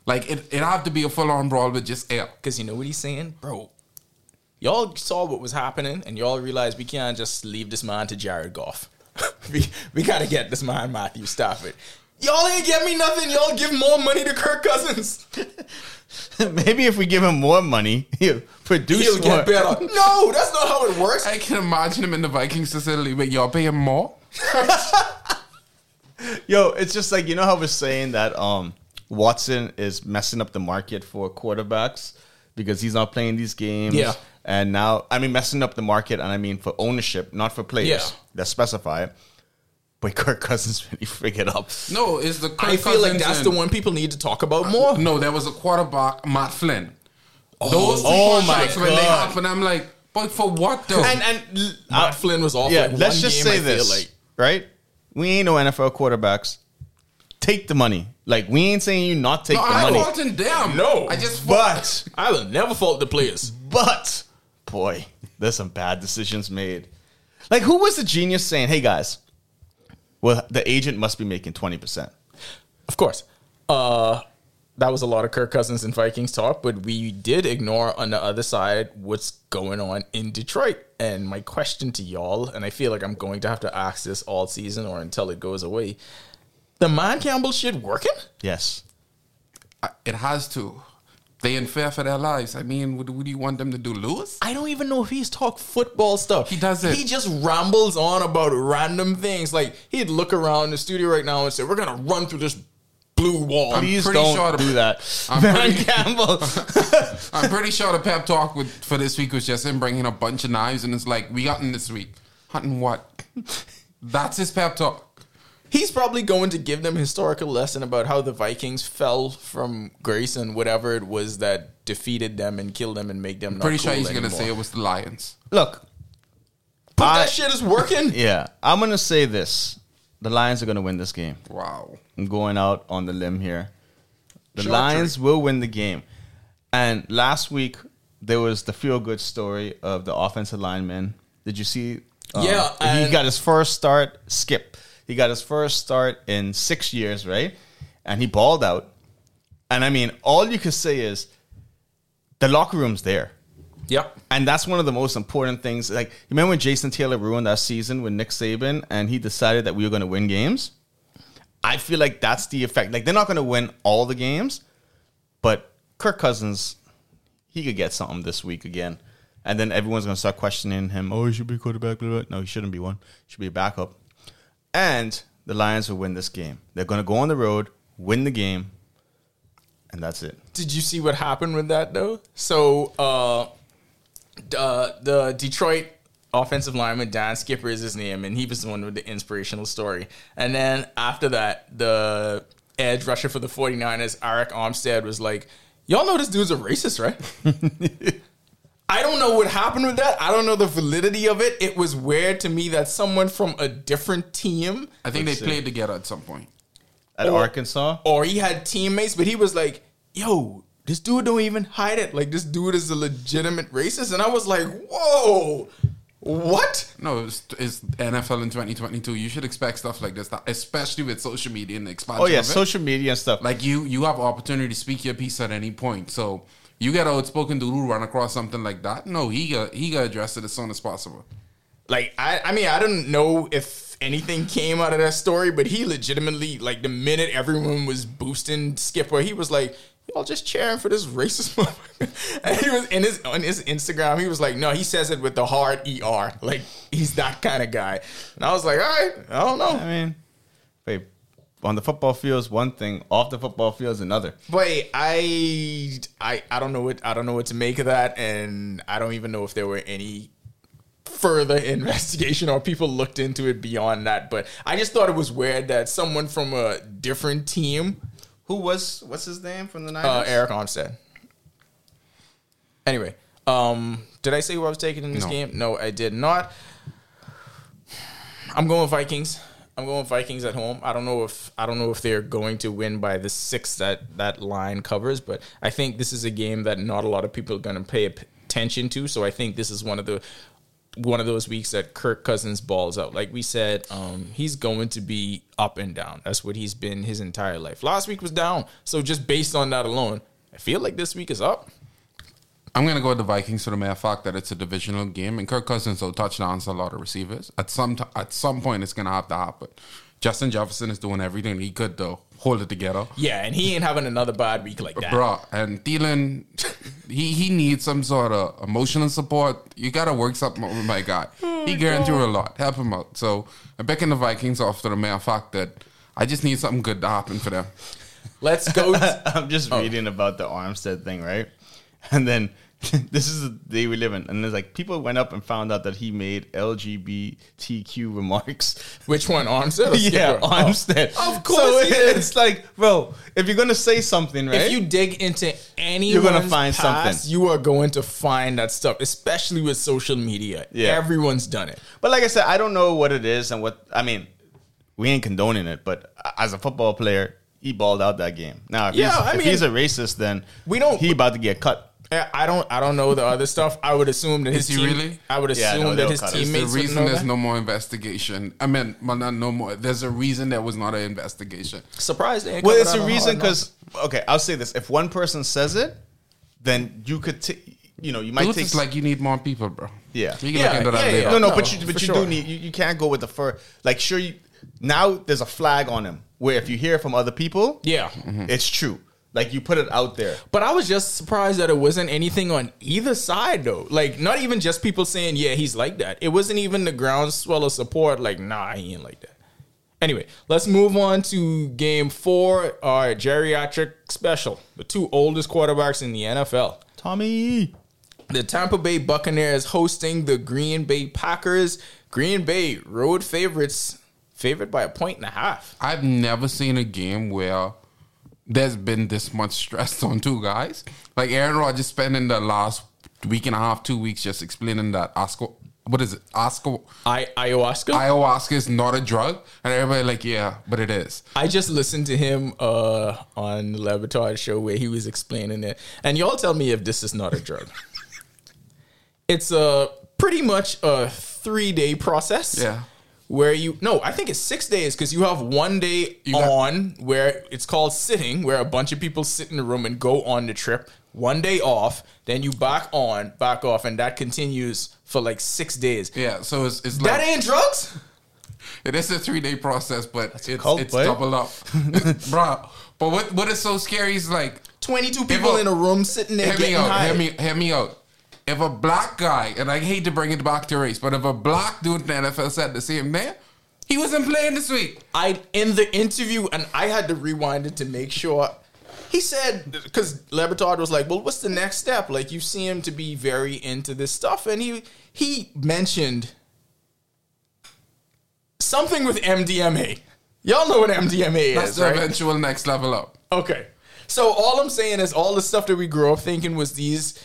Speaker 7: Like it, it have to be a full on brawl with just air.
Speaker 5: because you know what he's saying, bro. Y'all saw what was happening, and y'all realized we can't just leave this man to Jared Goff. we, we gotta get this man Matthew Stafford. Y'all ain't get me nothing. Y'all give more money to Kirk Cousins.
Speaker 6: Maybe if we give him more money, he'll produce
Speaker 5: He'll
Speaker 6: more.
Speaker 5: get better. No, that's not how it works.
Speaker 7: I can imagine him in the Vikings facility, but y'all pay him more.
Speaker 6: Yo, it's just like you know how we're saying that um Watson is messing up the market for quarterbacks because he's not playing these games.
Speaker 5: Yeah.
Speaker 6: And now I mean messing up the market and I mean for ownership, not for players.
Speaker 5: Yeah.
Speaker 6: That specify it. But Kirk Cousins really figured up.
Speaker 7: No, it's the Kirk
Speaker 5: I feel like
Speaker 7: Cousins
Speaker 5: that's
Speaker 7: and-
Speaker 5: the one people need to talk about more.
Speaker 7: No, there was a quarterback, Matt Flynn. Those two
Speaker 6: oh my
Speaker 7: contracts when they
Speaker 6: God.
Speaker 7: happen, I'm like, but for what though?
Speaker 5: And and Matt Flynn was off.
Speaker 6: Yeah,
Speaker 5: like
Speaker 6: let's
Speaker 5: one
Speaker 6: just
Speaker 5: game,
Speaker 6: say
Speaker 5: I feel
Speaker 6: this.
Speaker 5: like.
Speaker 6: Right? We ain't no NFL quarterbacks. Take the money. Like we ain't saying you not take
Speaker 7: no,
Speaker 6: the
Speaker 7: I
Speaker 6: money.
Speaker 7: faulting them.
Speaker 5: No.
Speaker 7: I just
Speaker 6: But
Speaker 5: I will never fault the players.
Speaker 6: But boy, there's some bad decisions made. Like who was the genius saying, "Hey guys, well the agent must be making twenty percent."
Speaker 5: Of course. Uh, that was a lot of Kirk Cousins and Vikings talk, but we did ignore on the other side what's going on in Detroit. And my question to y'all, and I feel like I'm going to have to ask this all season or until it goes away. The man Campbell shit working?
Speaker 6: Yes,
Speaker 7: it has to. They in fear for their lives. I mean, what, do- what do you want them to do, Lewis?
Speaker 5: I don't even know if he's talk football stuff.
Speaker 7: He doesn't.
Speaker 5: He just rambles on about random things. Like he'd look around the studio right now and say, "We're gonna run through this blue wall."
Speaker 6: please
Speaker 7: pretty
Speaker 6: don't
Speaker 7: sure the-
Speaker 6: do that,
Speaker 7: I'm
Speaker 6: Van
Speaker 7: pretty-
Speaker 6: Campbell.
Speaker 7: I'm pretty sure the pep talk with, for this week was just him bringing a bunch of knives, and it's like, we hunting this week. Hunting what? That's his pep talk.
Speaker 5: he's probably going to give them a historical lesson about how the Vikings fell from grace and whatever it was that defeated them and killed them and make them. Not
Speaker 7: Pretty sure
Speaker 5: cool
Speaker 7: he's going to
Speaker 5: anymore.
Speaker 7: say it was the Lions.
Speaker 6: Look,
Speaker 5: But
Speaker 6: I-
Speaker 5: that shit is working.
Speaker 6: yeah, I'm gonna say this: the Lions are gonna win this game.
Speaker 7: Wow.
Speaker 6: I'm going out on the limb here. The Lions will win the game. And last week there was the feel good story of the offensive lineman. Did you see? um,
Speaker 5: Yeah,
Speaker 6: he
Speaker 5: and-
Speaker 6: got his first start. Skip. He got his first start in six years, right? And he balled out. And I mean, all you could say is the locker room's there.
Speaker 5: Yep.
Speaker 6: And that's one of the most important things. Like, remember when Jason Taylor ruined our season with Nick Saban and he decided that we were going to win games? I feel like that's the effect. Like, they're not going to win all the games, but Kirk Cousins, he could get something this week again. And then everyone's going to start questioning him. Oh, he should be quarterback. Blah, blah. No, he shouldn't be one. He should be a backup. And the Lions will win this game. They're going to go on the road, win the game, and that's it.
Speaker 5: Did you see what happened with that though? So, uh, d- uh, the Detroit offensive lineman Dan Skipper is his name, and he was the one with the inspirational story. And then after that, the edge rusher for the 49ers, Eric Armstead, was like, "Y'all know this dude's a racist, right?" I don't know what happened with that. I don't know the validity of it. It was weird to me that someone from a different team
Speaker 7: I think they played together at some point.
Speaker 6: At
Speaker 5: Or-
Speaker 6: Arkansas?
Speaker 5: or he had teammates, but he was like, yo, this dude don't even hide it. Like this dude is a legitimate racist. And I was like, whoa, what?
Speaker 7: No, it's, it's NFL in 2022. You should expect stuff like this, especially with social media and the expansion.
Speaker 6: Oh, yeah,
Speaker 7: of it.
Speaker 6: social media and stuff.
Speaker 7: Like you, you have opportunity to speak your piece at any point. So you get an outspoken dude who run across something like that. No, he got he got addressed it as soon as possible.
Speaker 5: Like, I, I mean, I don't know if anything came out of that story, but he legitimately, like the minute everyone was boosting Skipper, he was like, y'all just cheering for this racist motherfucker. And he was in his, on his Instagram, he was like, no, he says it with the hard ER. Like he's that kind of guy. And I was like, all right, I don't know.
Speaker 6: I mean, babe, on the football field is one thing, off the football field is another.
Speaker 5: But I, I, I don't know what I don't know what to make of that, and I don't even know if there were any further investigation or people looked into it beyond that. But I just thought it was weird that someone from a different team,
Speaker 6: Who was what's his name from the
Speaker 5: uh,
Speaker 6: Niners?
Speaker 5: Eric Armstead. Anyway, um, did I say who I was taking in this
Speaker 7: No.
Speaker 5: game? No, I did not. I'm going Vikings. I'm going Vikings at home. I don't know if I don't know if they're going to win by the six that that line covers, but I think this is a game that not a lot of people are going to pay p- attention to. So I think this is one of the one of those weeks that Kirk Cousins balls out. Like we said, um, he's going to be up and down. That's what he's been his entire life. Last week was down, so just based on that alone, I feel like this week is up.
Speaker 7: I'm going to go with the Vikings for the mere fact that it's a divisional game, and Kirk Cousins will touchdowns to a lot of receivers. At some t- at some point, it's going to have to happen. Justin Jefferson is doing everything he could to hold it together.
Speaker 5: Yeah, and he ain't having another bad week like that.
Speaker 7: Bruh, and Thielen, he, he needs some sort of emotional support. You got to work something out with my guy.
Speaker 5: Oh
Speaker 7: he going through a lot. Help him out. So I'm picking the Vikings off to the mere fact that I just need something good to happen for them.
Speaker 5: Let's go.
Speaker 6: I'm just
Speaker 5: Oh.
Speaker 6: reading about the Armstead thing, right? And then this is the day we live in, and it's like people went up and found out that he made LGBTQ remarks.
Speaker 5: Which one, Armstead? Or
Speaker 6: yeah,
Speaker 5: Skipper? Oh.
Speaker 6: Armstead.
Speaker 5: Of course
Speaker 6: so
Speaker 5: he did.
Speaker 6: it's like, bro, if you're gonna say something, right?
Speaker 5: If you dig into any,
Speaker 6: You're gonna find something.
Speaker 5: You are going to find that stuff, especially with social media.
Speaker 6: Yeah.
Speaker 5: everyone's done it.
Speaker 6: But like I said, I don't know what it is and what I mean. We ain't condoning it, but as a football player, he balled out that game. Now, if,
Speaker 5: Yeah,
Speaker 6: he's,
Speaker 5: I
Speaker 6: if
Speaker 5: mean-
Speaker 6: he's a racist, then
Speaker 5: We don't-
Speaker 6: He about to get cut.
Speaker 5: I I don't. I don't know the other stuff. I would assume that his
Speaker 7: Is he
Speaker 5: team-
Speaker 7: really?
Speaker 5: I would
Speaker 6: Yeah,
Speaker 5: assume
Speaker 6: no,
Speaker 5: that
Speaker 6: they'll
Speaker 5: his
Speaker 6: cut it. It's the
Speaker 7: The
Speaker 5: teammates. would
Speaker 7: reason
Speaker 5: know
Speaker 7: there's
Speaker 5: that.
Speaker 7: no more investigation. I mean, well, not no more. There's a reason there was not an investigation.
Speaker 5: surprise. they ain't
Speaker 6: Well,
Speaker 5: covered
Speaker 6: it's
Speaker 5: that
Speaker 6: a
Speaker 5: on the
Speaker 6: reason
Speaker 5: hard knocks.
Speaker 6: because okay, I'll say this: if one person says it, then you could, t- you know, you might
Speaker 7: Dudes,
Speaker 6: take
Speaker 7: it's like you need more people, bro.
Speaker 6: Yeah.
Speaker 7: you can
Speaker 5: Yeah,
Speaker 7: look into that
Speaker 5: yeah,
Speaker 7: later.
Speaker 5: yeah.
Speaker 6: no, no,
Speaker 5: No,
Speaker 6: but you but
Speaker 5: for
Speaker 6: you
Speaker 5: sure.
Speaker 6: do need you, you can't go with the fur. Like sure, you now there's a flag on him where if you hear from other people, Mm-hmm.
Speaker 5: yeah.
Speaker 6: it's true. Like you put it out there.
Speaker 5: But I was just surprised that it wasn't anything on either side, though. Like, not even just people saying, yeah, he's like that. It wasn't even the groundswell of support, like, nah, he ain't like that. Anyway, let's move on to game four, our geriatric special. The two oldest quarterbacks in the NFL.
Speaker 6: Tommy,
Speaker 5: The Tampa Bay Buccaneers hosting the Green Bay Packers. Green Bay road favorites, favored by a point and a half.
Speaker 7: I've never seen a game where there's been this much stress on two guys. Like Aaron Rodgers spending the last week and a half, two weeks just explaining that Oscar, what is it? Oscar,
Speaker 5: I ayahuasca.
Speaker 7: ayahuasca is not a drug. And everybody like, yeah, but it is.
Speaker 5: I just listened to him uh, on the Laboratory show where he was explaining it, and y'all tell me if this is not a drug. it's a pretty much a three day process.
Speaker 7: Yeah.
Speaker 5: Where you no, I think it's six days because you have one day
Speaker 7: You got-
Speaker 5: on where it's called sitting, where a bunch of people sit in a room and go on the trip. One day off, then you back on, back off, and that continues for like six days.
Speaker 7: Yeah, so it's, it's
Speaker 5: That
Speaker 7: like,
Speaker 5: ain't drugs.
Speaker 7: it is a three day process, but it's,
Speaker 6: cult,
Speaker 7: it's
Speaker 6: boy.
Speaker 7: doubled up. Bro, but what, what is so scary is like,
Speaker 5: Twenty two people
Speaker 7: Hey,
Speaker 5: in a room sitting there
Speaker 7: hear
Speaker 5: getting
Speaker 7: me out.
Speaker 5: high.
Speaker 7: Hear me, hear me out. If a black guy, and I hate to bring it back to race, but if a black dude in the NFL said the same thing, he wasn't playing this week.
Speaker 5: I in the interview, and I had to rewind it to make sure. He said because Labertard was like, "Well, what's the next step?" Like you see him to be very into this stuff, and he he mentioned something with MDMA. Y'all know what MDMA
Speaker 7: That's
Speaker 5: is,
Speaker 7: the
Speaker 5: right?
Speaker 7: eventual next level up.
Speaker 5: Okay. So all I'm saying is all the stuff that we grew up thinking was these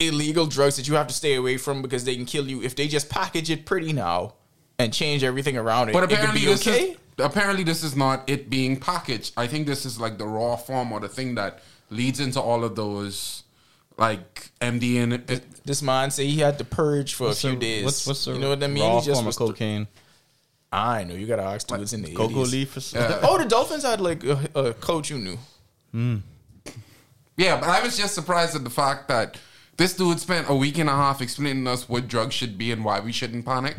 Speaker 5: illegal drugs that you have to stay away from because they can kill you. If they just package it pretty now and change everything around it,
Speaker 7: But
Speaker 5: it could
Speaker 7: apparently
Speaker 5: be
Speaker 7: this
Speaker 5: okay.
Speaker 7: is apparently this is not it being packaged. I think this is like the raw form or the thing that leads into all of those like MD and it,
Speaker 5: this man say he had to purge for a few days.
Speaker 6: What's, what's the
Speaker 5: you know what I mean?
Speaker 6: Raw
Speaker 5: He just
Speaker 6: form
Speaker 5: was
Speaker 6: of cocaine,
Speaker 5: I know you got to ask dudes in the
Speaker 6: cocoa
Speaker 5: 80s.
Speaker 6: leaf. Or something.
Speaker 7: uh,
Speaker 5: Oh, the Dolphins had like a, a coach you knew.
Speaker 7: Yeah, but I was just surprised at the fact that this dude spent a week and a half explaining to us what drugs should be and why we shouldn't panic.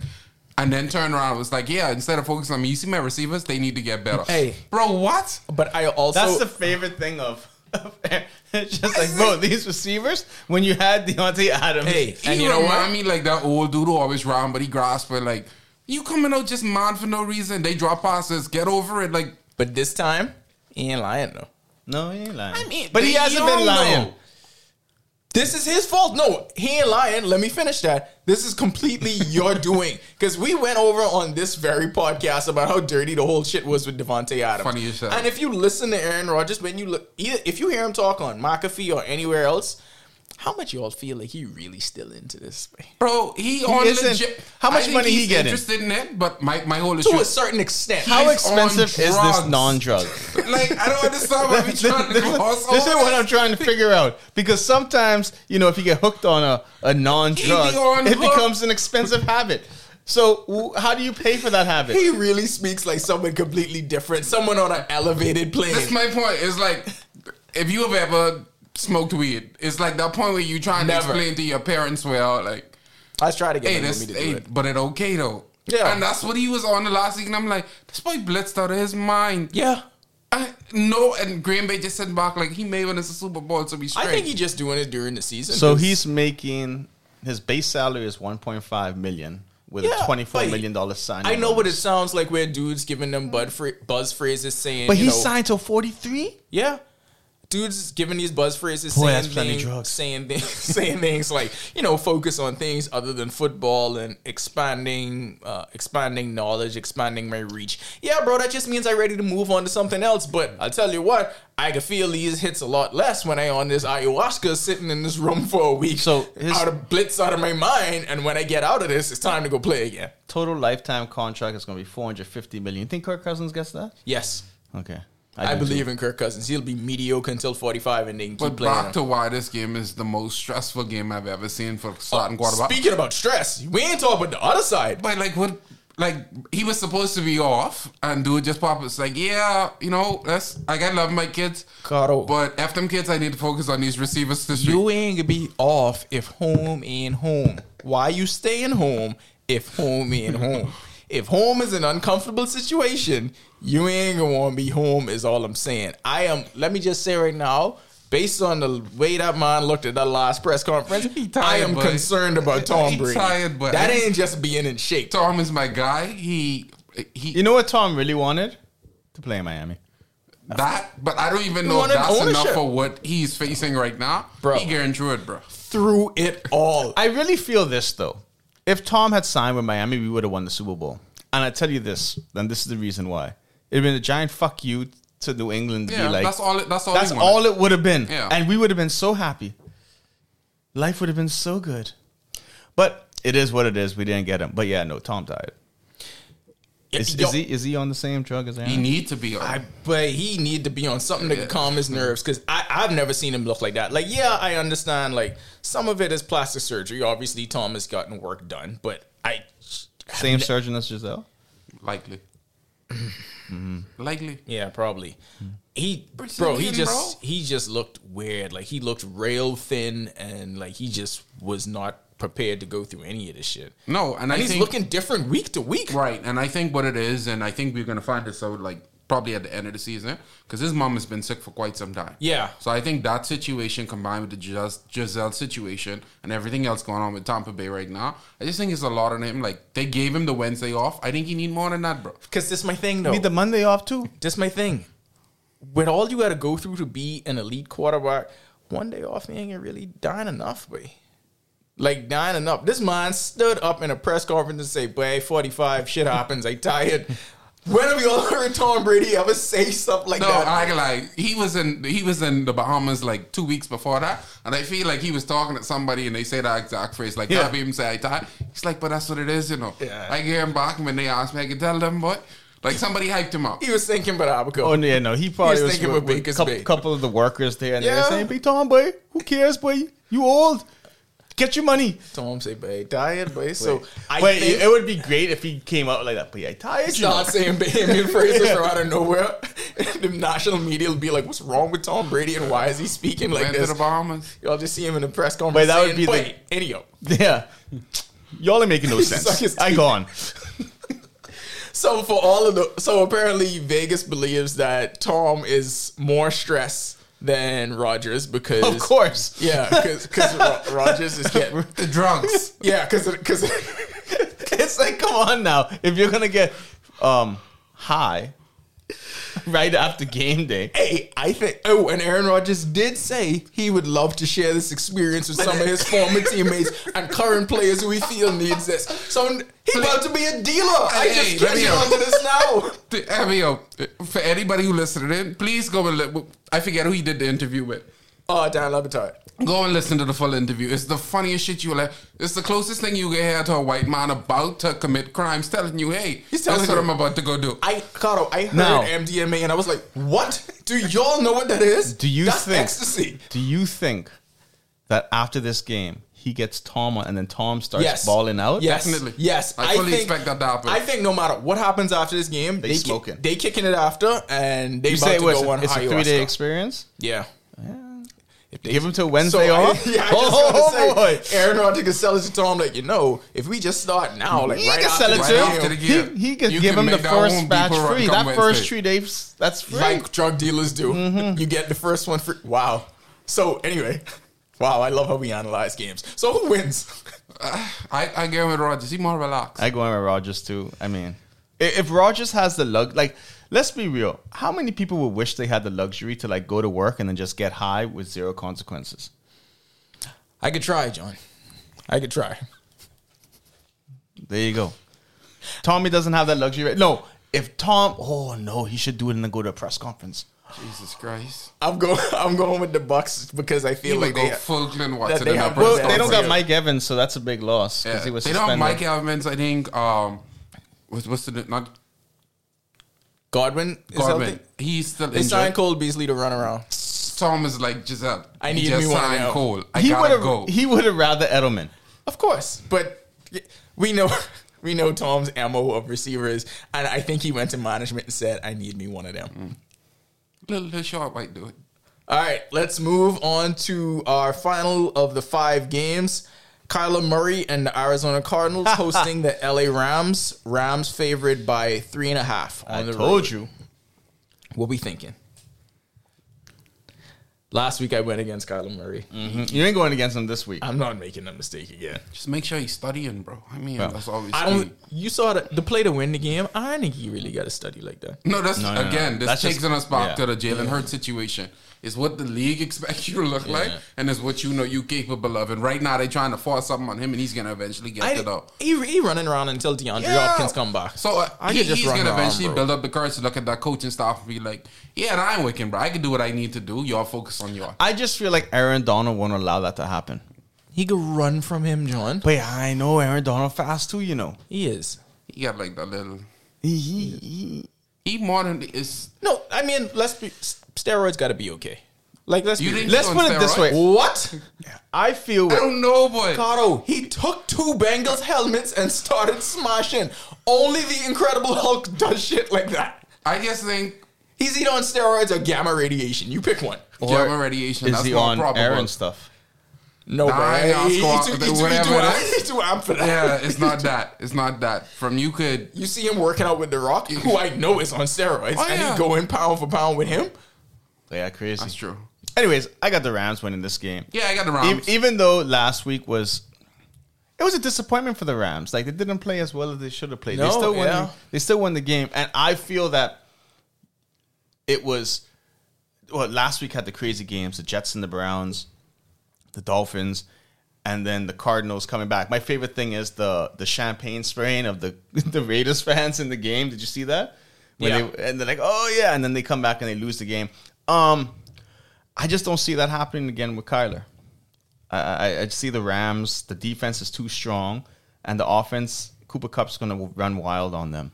Speaker 7: And then turned around and was like, yeah, instead of focusing on me, you see my receivers, they need to get better.
Speaker 5: Hey.
Speaker 7: Bro, what?
Speaker 5: But I also
Speaker 6: That's the favorite thing of. of it's just like, bro, these receivers. When you had Deontay Adams,
Speaker 5: Hey,
Speaker 7: He
Speaker 5: and you know what?
Speaker 7: remind me like that old dude who always round, but he grasped it like, you coming out just mad for no reason. They drop passes, get over it. Like,
Speaker 5: But this time he ain't lying though.
Speaker 6: no, he ain't lying.
Speaker 5: mean,
Speaker 6: but he
Speaker 5: you
Speaker 6: hasn't
Speaker 5: don't
Speaker 6: been lying.
Speaker 5: know. This is his fault. No, he ain't lying. Let me finish that. This is completely your doing. Because we went over on this very podcast about how dirty the whole shit was with Devontae Adams.
Speaker 7: Funny you said.
Speaker 5: And if you listen to Aaron Rodgers, when you look, either, if you hear him talk on McAfee or anywhere else, how much y'all feel like he really still into this? man?
Speaker 7: Bro, he, on
Speaker 6: isn't-
Speaker 7: legit.
Speaker 6: how much
Speaker 7: I think
Speaker 6: money he
Speaker 7: he's
Speaker 6: getting?
Speaker 7: Interested in it, but my my whole issue.
Speaker 5: To a certain extent.
Speaker 7: He's
Speaker 6: How
Speaker 7: on
Speaker 6: expensive is this
Speaker 7: drugs.
Speaker 6: non-drug?
Speaker 7: like I don't understand why we trying to gloss
Speaker 6: This is
Speaker 7: over
Speaker 6: what I'm trying to figure out because sometimes you know if you get hooked on a, a non-drug,
Speaker 7: He be on
Speaker 6: it
Speaker 7: hook.
Speaker 6: becomes an expensive habit. So w- how do you pay for that habit?
Speaker 5: he really speaks like someone completely different, someone on an elevated plane.
Speaker 7: That's my point. It's like if you have ever smoked weed, it's like that point where you trying
Speaker 5: Never.
Speaker 7: to explain to your parents, well, like,
Speaker 5: I tried to get
Speaker 7: hey,
Speaker 5: him
Speaker 7: this,
Speaker 5: me to
Speaker 7: hey,
Speaker 5: do it.
Speaker 7: but it okay though.
Speaker 5: Yeah.
Speaker 7: and that's what he was on the last season. I'm like, this boy blitzed out of his mind.
Speaker 5: Yeah.
Speaker 7: I, no, and Green Bay just sitting back like he may win us a Super Bowl to be straight.
Speaker 5: I think he's just doing it during the season.
Speaker 6: So
Speaker 5: 'cause-
Speaker 6: he's making his base salary is 1.5 million with
Speaker 5: Yeah,
Speaker 6: a 24
Speaker 5: but
Speaker 6: million dollar sign.
Speaker 5: I know what it sounds like where dudes giving them bud fra- buzz phrases saying,
Speaker 6: But
Speaker 5: you
Speaker 6: he
Speaker 5: know,
Speaker 6: signed till 43.
Speaker 5: yeah. Dudes giving these buzz phrases
Speaker 6: Boy,
Speaker 5: saying
Speaker 6: that's plenty
Speaker 5: things,
Speaker 6: drugs.
Speaker 5: saying things, saying things like you know, focus on things other than football and expanding, uh, expanding knowledge, expanding my reach. Yeah, bro, that just means I'm ready to move on to something else. But I tell you what, I can feel these hits a lot less when I on this ayahuasca, sitting in this room for a week,
Speaker 6: So his-
Speaker 5: out of blitz out of my mind. And when I get out of this, it's time to go play again.
Speaker 6: Total lifetime contract is going to be 450 million. You think Kirk Cousins gets that?
Speaker 5: Yes.
Speaker 6: Okay,
Speaker 5: I,
Speaker 6: do
Speaker 5: believe
Speaker 6: too.
Speaker 5: in Kirk Cousins. He'll be mediocre until 45 and then keep
Speaker 7: But
Speaker 5: playing.
Speaker 7: back
Speaker 5: him.
Speaker 7: to why this game is the most stressful game I've ever seen
Speaker 5: Oh,
Speaker 7: for starting quarterback.
Speaker 5: Speaking about stress, we ain't talking about the other side.
Speaker 7: But like what? Like he was supposed to be off, and dude just pop. It's like, yeah, you know, that's like I love my kids,
Speaker 5: Caro.
Speaker 7: but after them kids, I need to focus on these receivers this week.
Speaker 5: You ain't gonna be off if home ain't home. Why you staying home if home ain't home? If home is an uncomfortable situation, you ain't gonna wanna be home, is all I'm saying. I am, let me just say right now, based on the way that man looked at that last press conference,
Speaker 7: He tired,
Speaker 5: I am
Speaker 7: boy.
Speaker 5: concerned about Tom
Speaker 7: He
Speaker 5: Brady.
Speaker 7: tired, boy.
Speaker 5: that ain't just being in shape.
Speaker 7: Tom is my guy. He he.
Speaker 6: You know what Tom really wanted to play in Miami.
Speaker 7: that, but I don't even
Speaker 5: You
Speaker 7: know if
Speaker 5: wanted
Speaker 7: that's enough
Speaker 5: ownership.
Speaker 7: for what he's facing right now.
Speaker 5: Bro.
Speaker 7: He getting through it, bro.
Speaker 5: Through it all.
Speaker 6: I really feel this though. If Tom had signed with Miami, we would have won the Super Bowl. And I tell you this, and this is the reason why. It'd been a giant fuck you to New England to
Speaker 7: Yeah,
Speaker 6: be like
Speaker 7: that's all. it- That's all.
Speaker 6: That's
Speaker 7: he wanted.
Speaker 6: all it would have been.
Speaker 7: Yeah.
Speaker 6: And we would have been so happy. Life would have been so good. But it is what it is. We didn't get him. But yeah, no, Tom died. Is,
Speaker 5: Yo-
Speaker 6: is he is he on the same drug as Aaron?
Speaker 7: He need to be. On.
Speaker 5: I, but he need to be on something to
Speaker 7: Yeah.
Speaker 5: calm his nerves because I've never seen him look like that. Like, yeah, I understand. Like, some of it is plastic surgery. Obviously, Tom has gotten work done, but I
Speaker 6: same surgeon as Giselle?
Speaker 7: likely.
Speaker 5: Mm-hmm.
Speaker 7: likely.
Speaker 5: yeah, probably. He
Speaker 7: Pretty
Speaker 5: bro, he
Speaker 7: thin,
Speaker 5: just
Speaker 7: bro.
Speaker 5: he just looked weird. Like he looked real thin, and like he just was not prepared to go through any of this shit.
Speaker 7: No, and, I
Speaker 5: And he's
Speaker 7: think
Speaker 5: looking different week to week.
Speaker 7: Right, and I think what it is, and I think we're gonna find this out like probably at the end of the season because his mom has been sick for quite some time.
Speaker 5: Yeah.
Speaker 7: So I think that situation combined with the Gis- Giselle situation and everything else going on with Tampa Bay right now, I just think it's a lot on him. Like they gave him the Wednesday off. I think he need more than that, bro.
Speaker 5: Because this my thing though.
Speaker 6: Need the Monday off too.
Speaker 5: That's my thing. With all you got to go through to be an elite quarterback, one day off ain't gonna really dying enough, boy. Like dying enough. This man stood up in a press conference and say, "Boy, forty five, shit happens. I tired." When have you all heard Tom Brady ever say stuff like
Speaker 7: No,
Speaker 5: that?
Speaker 7: I ain't gonna lie. He was in he was in the Bahamas like two weeks before that, and I feel like he was talking to somebody, and they say that exact phrase. Like,
Speaker 6: Yeah.
Speaker 7: yeah. him say I die. He's like, but that's what it is, you know.
Speaker 5: Yeah.
Speaker 7: I hear him back when they asked me, I can tell them what. Like somebody hyped him up.
Speaker 5: he was thinking about Abaco.
Speaker 6: Oh yeah, no, he probably
Speaker 5: He's
Speaker 6: was
Speaker 5: thinking
Speaker 6: with,
Speaker 5: with
Speaker 6: with
Speaker 5: Baker's
Speaker 6: couple,
Speaker 5: Bay.
Speaker 6: couple of the workers there, and they
Speaker 5: Yeah.
Speaker 6: were saying, "Big Tom, boy, who cares, boy? You old? Get your money."
Speaker 5: Tom say, "Boy, tired, boy." So I
Speaker 6: Wait,
Speaker 5: think
Speaker 6: it, it would be great if he came out like that. But yeah, tired. You know.
Speaker 5: start saying Bahamian phrases from out of nowhere. the national media will be like, "What's wrong with Tom Brady and why is he speaking like
Speaker 7: Went to
Speaker 5: this?"
Speaker 7: the Bahamas.
Speaker 5: Y'all just see him in the press conference.
Speaker 6: Wait, that would
Speaker 5: saying,
Speaker 6: be the-
Speaker 5: "Wait, anyhow."
Speaker 6: Yeah, y'all are making no
Speaker 5: Suck his
Speaker 6: sense. I gone.
Speaker 5: So for all of the so apparently Vegas believes that Tom is more stressed than Rogers because
Speaker 6: Of course.
Speaker 5: yeah because Rogers is getting
Speaker 7: The drugs.
Speaker 5: yeah because because
Speaker 6: It's like, come on now. If you're gonna get um high right after game day.
Speaker 5: Hey, I think. Oh, and Aaron Rodgers did say he would love to share this experience with some of his former teammates and current players who he feel needs this. So he about to be a dealer. I
Speaker 7: Hey,
Speaker 5: just
Speaker 7: let
Speaker 5: catch
Speaker 7: me
Speaker 5: on
Speaker 7: out.
Speaker 5: to this now.
Speaker 7: Th- I mean, yo, for anybody who listened in, please go and li- I forget who he did the interview with.
Speaker 5: Oh, Dan Labatard.
Speaker 7: Go and listen to the full interview. It's the funniest shit you will ever. It's the closest thing you can hear to a white man about to commit crimes telling you, "Hey,
Speaker 5: He's telling
Speaker 7: that's what
Speaker 5: you.
Speaker 7: I'm about to go do."
Speaker 5: I, Caro, I heard
Speaker 6: No.
Speaker 5: MDMA and I was like, what? Do y'all know what that is?
Speaker 6: Do you
Speaker 5: That's
Speaker 6: think?
Speaker 5: ecstasy?
Speaker 6: Do you think that after this game he gets Tom on and then Tom starts
Speaker 5: Yes.
Speaker 6: balling out?
Speaker 5: Yes.
Speaker 7: Definitely.
Speaker 5: Yes.
Speaker 7: I fully expect that to happen.
Speaker 5: I think no matter what happens after this game, they, ki-
Speaker 6: smoking.
Speaker 5: they kicking it after and they
Speaker 6: You
Speaker 5: about
Speaker 6: say
Speaker 5: to
Speaker 6: what's
Speaker 5: go on
Speaker 6: it's a
Speaker 5: ayahuasca.
Speaker 6: three day experience?
Speaker 5: Yeah. If they
Speaker 6: Give him till Wednesday
Speaker 5: I-
Speaker 6: off?
Speaker 5: yeah, I just
Speaker 6: Oh,
Speaker 5: oh,
Speaker 6: boy.
Speaker 5: boy. Aaron Rodgers can sell it to Tom like, you know, if we just start now, like
Speaker 6: He
Speaker 5: right
Speaker 6: can
Speaker 5: after
Speaker 6: sell it
Speaker 5: this
Speaker 6: to
Speaker 7: right
Speaker 5: game,
Speaker 7: after
Speaker 6: him.
Speaker 7: the
Speaker 6: He,
Speaker 7: game.
Speaker 6: he can
Speaker 7: You
Speaker 6: give
Speaker 7: can
Speaker 6: him the
Speaker 7: make that
Speaker 6: first
Speaker 7: Home
Speaker 6: batch
Speaker 7: Depot run
Speaker 6: free. That
Speaker 7: come
Speaker 6: first
Speaker 7: Wednesday.
Speaker 6: three days, that's free.
Speaker 5: like drug dealers do. You get the first one free. Wow. So anyway, wow, I love how we analyze games. So who wins?
Speaker 7: I, I get with Rogers. He more relaxed.
Speaker 6: I go in with Rogers too. I mean, i- if Rogers has the lug, like, let's be real. How many people would wish they had the luxury to like go to work and then just get high with zero consequences?
Speaker 5: I could try, John. I could try.
Speaker 6: There you go. Tommy doesn't have that luxury. right- No, if Tom, oh no, he should do it and then go to a press conference.
Speaker 7: Jesus Christ!
Speaker 5: I'm going. I'm going with the Bucks because I feel
Speaker 7: He would
Speaker 5: like
Speaker 7: go
Speaker 5: they.
Speaker 7: full Glenn
Speaker 5: uh, that
Speaker 7: Watson.
Speaker 5: they
Speaker 7: in
Speaker 5: have-
Speaker 7: that press
Speaker 5: well,
Speaker 6: But they don't
Speaker 7: conference.
Speaker 6: got Mike Evans, so that's a big loss because he was
Speaker 7: they
Speaker 6: suspended.
Speaker 7: don't have Mike Evans. I think um, what's, what's the not
Speaker 5: Godwin is
Speaker 7: Godwin?
Speaker 5: healthy.
Speaker 7: He's still
Speaker 5: They signed
Speaker 7: injured.
Speaker 5: Cole Beasley to run around.
Speaker 7: Tom is like Giselle.
Speaker 5: I
Speaker 7: He
Speaker 5: need
Speaker 7: just
Speaker 5: me one
Speaker 7: signed
Speaker 5: now.
Speaker 7: Cole. I
Speaker 6: he would
Speaker 7: gotta
Speaker 6: have.
Speaker 7: go.
Speaker 6: He would have rather Edelman.
Speaker 5: Of course, but we know we know Tom's ammo of receivers, and I think he went to management and said, "I need me one of them."
Speaker 7: little, little short white dude.
Speaker 5: All right, let's move on to our final of the five games. Kyler Murray and the Arizona Cardinals hosting the LA Rams. Rams favored by three and a half on
Speaker 6: I
Speaker 5: the
Speaker 6: told
Speaker 5: road.
Speaker 6: you.
Speaker 5: What we thinking? Last week I went against Kyler Murray.
Speaker 6: You ain't going against him this week.
Speaker 5: I'm not making that mistake again.
Speaker 7: Mm-hmm. Just make sure he's studying, bro. I mean, that's always.
Speaker 5: I
Speaker 7: key.
Speaker 5: don't. You saw the, the play to win the game. I don't think you really got to study like that.
Speaker 7: No, that's
Speaker 6: No, no, no.
Speaker 7: again. This
Speaker 6: That's
Speaker 7: takes
Speaker 6: just-
Speaker 7: us back
Speaker 6: yeah.
Speaker 7: to the Jalen Hurts situation. Is what the league expects you to look like, and is what you know you capable of. And right now, they're trying to force something on him, and he's gonna eventually get it
Speaker 5: I,
Speaker 7: out.
Speaker 5: he, he running around until DeAndre Hopkins come back.
Speaker 7: So uh,
Speaker 5: I
Speaker 7: he-
Speaker 5: could just
Speaker 7: he's
Speaker 5: run
Speaker 7: gonna
Speaker 5: around,
Speaker 7: eventually
Speaker 5: bro.
Speaker 7: build up the courage to look at that coaching staff and be like, "Yeah, nah, I'm working, bro. I can do what I need to do. Y'all focus on y'all."
Speaker 6: I just feel like Aaron Donald won't allow that to happen.
Speaker 5: he could run from him, John.
Speaker 6: But I know Aaron Donald fast too. You know.
Speaker 5: He is.
Speaker 7: He got like that little.
Speaker 6: He- he- he-
Speaker 7: He more than is.
Speaker 5: No, I mean, let's be s- steroids got to be okay. Like let's
Speaker 7: You
Speaker 5: be,
Speaker 7: didn't-
Speaker 6: Let's
Speaker 7: on
Speaker 6: put it this
Speaker 7: steroids?
Speaker 6: way.
Speaker 5: what?
Speaker 6: I feel.
Speaker 7: I don't know, boy.
Speaker 5: Cotto, he took two Bengals helmets and started smashing. Only the Incredible Hulk does shit like that.
Speaker 7: I just think
Speaker 5: He's either on steroids or gamma radiation. You pick one.
Speaker 7: gamma radiation.
Speaker 6: is
Speaker 7: that's
Speaker 6: he
Speaker 7: more
Speaker 6: on
Speaker 7: probable.
Speaker 6: Aaron stuff?
Speaker 5: No,
Speaker 7: Nah,
Speaker 5: bro.
Speaker 7: I know,
Speaker 5: He- he
Speaker 7: squat,
Speaker 5: too- he
Speaker 7: but
Speaker 5: too- he
Speaker 7: whatever
Speaker 5: too
Speaker 7: it
Speaker 5: am-
Speaker 7: is.
Speaker 5: he too am for that.
Speaker 7: Yeah, it's not that. It's not that. From you could
Speaker 5: You see him working out with The Rock, who I know is on steroids,
Speaker 7: Oh,
Speaker 5: and
Speaker 7: yeah.
Speaker 5: he going pound for pound with him.
Speaker 6: Yeah, crazy.
Speaker 7: That's true.
Speaker 6: Anyways, I got the Rams winning this game.
Speaker 7: Yeah, I got the
Speaker 6: E-
Speaker 7: Rams.
Speaker 6: even though last week was, it was a disappointment for the Rams. Like they didn't play as well as they should have played. they
Speaker 5: No,
Speaker 6: still won.
Speaker 5: yeah.
Speaker 6: They still won the game, and I feel that it was. Well, last week had the crazy games: the Jets and the Browns, the Dolphins, and then the Cardinals coming back. My favorite thing is the the champagne spraying of the the Raiders fans in the game. Did you see that? When
Speaker 5: Yeah.
Speaker 6: they, and they're like, "Oh yeah," and then they come back and they lose the game. Um, I just don't see that happening again with Kyler. I, I, I see the Rams. The defense is too strong, and the offense, Cooper Cup's going to run wild on them.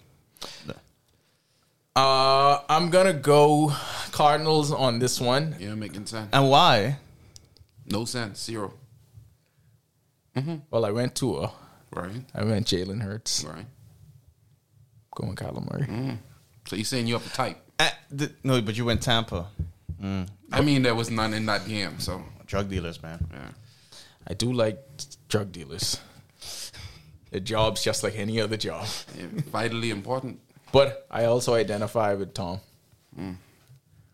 Speaker 5: Uh, I'm gonna go Cardinals on this one.
Speaker 7: yeah, making sense.
Speaker 6: And why?
Speaker 7: No sense. Zero.
Speaker 5: Well, I went to a,
Speaker 7: Right.
Speaker 5: I went Jalen Hurts,
Speaker 7: Right.
Speaker 5: going Kyler Murray.
Speaker 7: Mm. So you're saying you have a type.
Speaker 6: Uh, th- no, but you went Tampa.
Speaker 7: I mean, there was none in that game. So
Speaker 6: Drug dealers, man.
Speaker 7: yeah.
Speaker 5: I do like drug dealers. The job's just like any other job,
Speaker 7: Yeah, vitally important.
Speaker 5: but I also identify with Tom.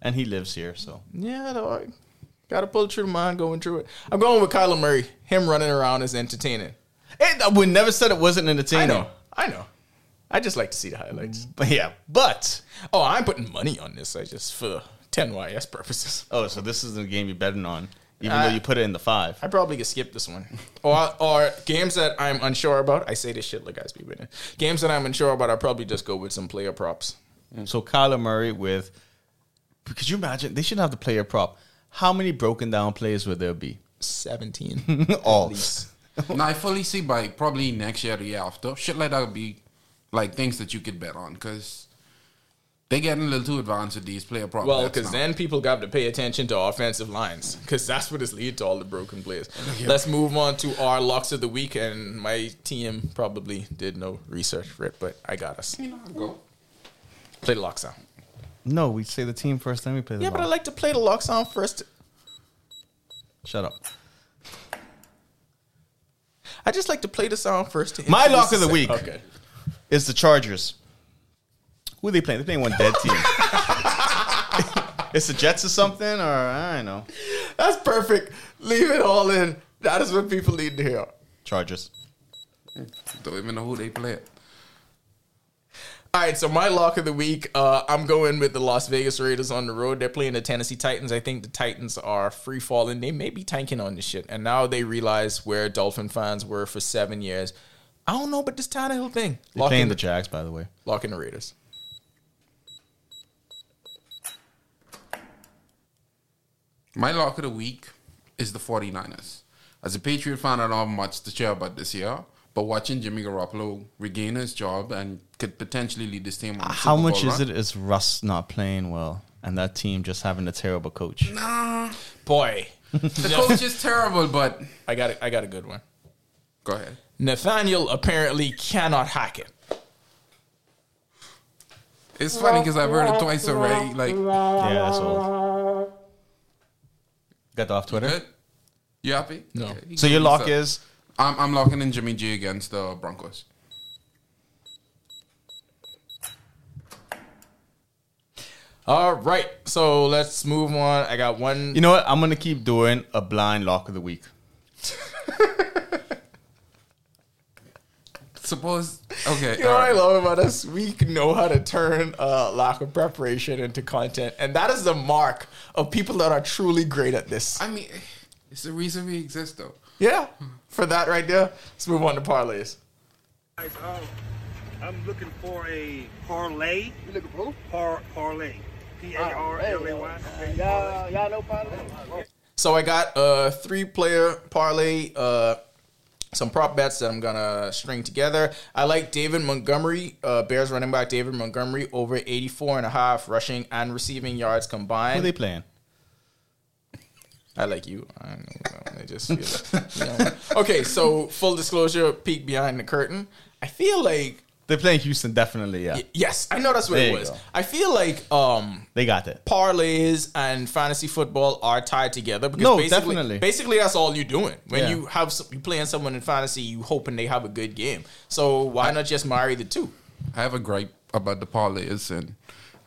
Speaker 6: And he lives here, so
Speaker 5: Yeah, dog. Gotta pull through the mind, going through it. I'm going with Kyler Murray. Him running around is entertaining.
Speaker 6: It, we never said it wasn't entertaining.
Speaker 5: I know. I know. I just like to see the highlights.
Speaker 6: But yeah, but
Speaker 5: Oh, I'm putting money on this. I just for 10YS purposes.
Speaker 6: oh, so this is the game you're betting on, even
Speaker 5: Uh,
Speaker 6: though you put it in the five.
Speaker 5: I probably could skip this one. Or or games that I'm unsure about. I say this shit like guys be winning. Games that I'm unsure about, I'll probably just go with some player props.
Speaker 6: So Kyler Murray with, could you imagine? They should have the player prop. How many broken down plays would there be?
Speaker 5: 17.
Speaker 6: All.
Speaker 7: now I fully see by probably next year, the year after, shit like that would be like things that you could bet on because they getting a little too advanced with these player props.
Speaker 5: Well, because then people got to pay attention to offensive lines, because that's what has lead to all the broken plays. Let's move on to our locks of the week, and my team probably did no research for it, but I got us.
Speaker 7: go.
Speaker 5: Play the lock sound.
Speaker 6: No, we say the team first, then we play the.
Speaker 5: Yeah, but I like to play the lock sound first.
Speaker 6: Shut up.
Speaker 5: I just like to play the sound first. to
Speaker 6: My
Speaker 5: introduce
Speaker 6: lock of the
Speaker 5: se-
Speaker 6: week.
Speaker 5: Okay.
Speaker 6: It's the Chargers. Who are they playing? They're playing one dead team. it's the Jets or something, or I don't know.
Speaker 5: That's perfect. Leave it all in. That is what people need to hear.
Speaker 6: Chargers.
Speaker 7: Don't even know who they play.
Speaker 5: All right, so my lock of the week, uh, I'm going with the Las Vegas Raiders on the road. They're playing the Tennessee Titans. I think the Titans are free falling. They may be tanking on this shit, and now they realize where Dolphin fans were for seven years. I don't know, but this Tannehill thing,
Speaker 6: They're playing
Speaker 5: locking
Speaker 6: the Jags, by the way.
Speaker 5: locking the Raiders.
Speaker 7: My lock of the week is the 49ers. As a Patriot fan, I don't have much to share about this year, but watching Jimmy Garoppolo regain his job and could potentially lead this team on a
Speaker 6: Ah, How
Speaker 7: Super
Speaker 6: much
Speaker 7: Bowl
Speaker 6: is
Speaker 7: run.
Speaker 6: it? Is Russ not playing well, and that team just having a terrible coach?
Speaker 5: Boy,
Speaker 7: The coach is terrible, but
Speaker 5: I got a, I got a good one.
Speaker 7: go ahead.
Speaker 5: Nathaniel apparently cannot hack it.
Speaker 7: It's funny because I've heard it twice already. Like,
Speaker 6: Yeah, that's old. Got that off Twitter.
Speaker 7: good? You happy?
Speaker 5: No.
Speaker 7: Okay, you
Speaker 6: So
Speaker 7: can
Speaker 6: your lock
Speaker 7: reset.
Speaker 6: is
Speaker 7: I'm, I'm locking in Jimmy G against the Broncos.
Speaker 5: All right, so let's move on. I got one.
Speaker 6: You know what? I'm gonna keep doing a blind lock of the week.
Speaker 7: Suppose. Okay.
Speaker 5: You know
Speaker 7: all
Speaker 5: what I
Speaker 7: right.
Speaker 5: love about us? We know how to turn uh, lack of preparation into content, and that is the mark of people that are truly great at this.
Speaker 7: I mean, it's the reason we exist, though.
Speaker 5: Yeah, for that right there. Let's move on to parlays.
Speaker 9: Guys, um, I'm looking for a parlay. You looking for Par parlay. P A R L A Y. Parlay.
Speaker 5: So I got a three-player parlay, uh, some prop bets that I'm gonna string together. I like David Montgomery, uh, Bears running back David Montgomery over 84 and a half rushing and receiving yards
Speaker 6: Who
Speaker 5: combined.
Speaker 6: they playing?
Speaker 5: I like you. I don't know. I just feel like, you know. Okay, so full disclosure, peek behind the curtain. I feel like
Speaker 6: They're playing Houston, definitely. Yeah,
Speaker 5: yes, I know that's what
Speaker 6: There
Speaker 5: it
Speaker 6: you
Speaker 5: was.
Speaker 6: go.
Speaker 5: I feel like um
Speaker 6: they got it.
Speaker 5: parlays and fantasy football are tied together because
Speaker 6: No,
Speaker 5: basically,
Speaker 6: definitely.
Speaker 5: basically that's all you're doing. When
Speaker 6: Yeah.
Speaker 5: you have some, you playing someone in fantasy, you hoping they have a good game. So why not just marry the two?
Speaker 7: I have a gripe about the parlays, and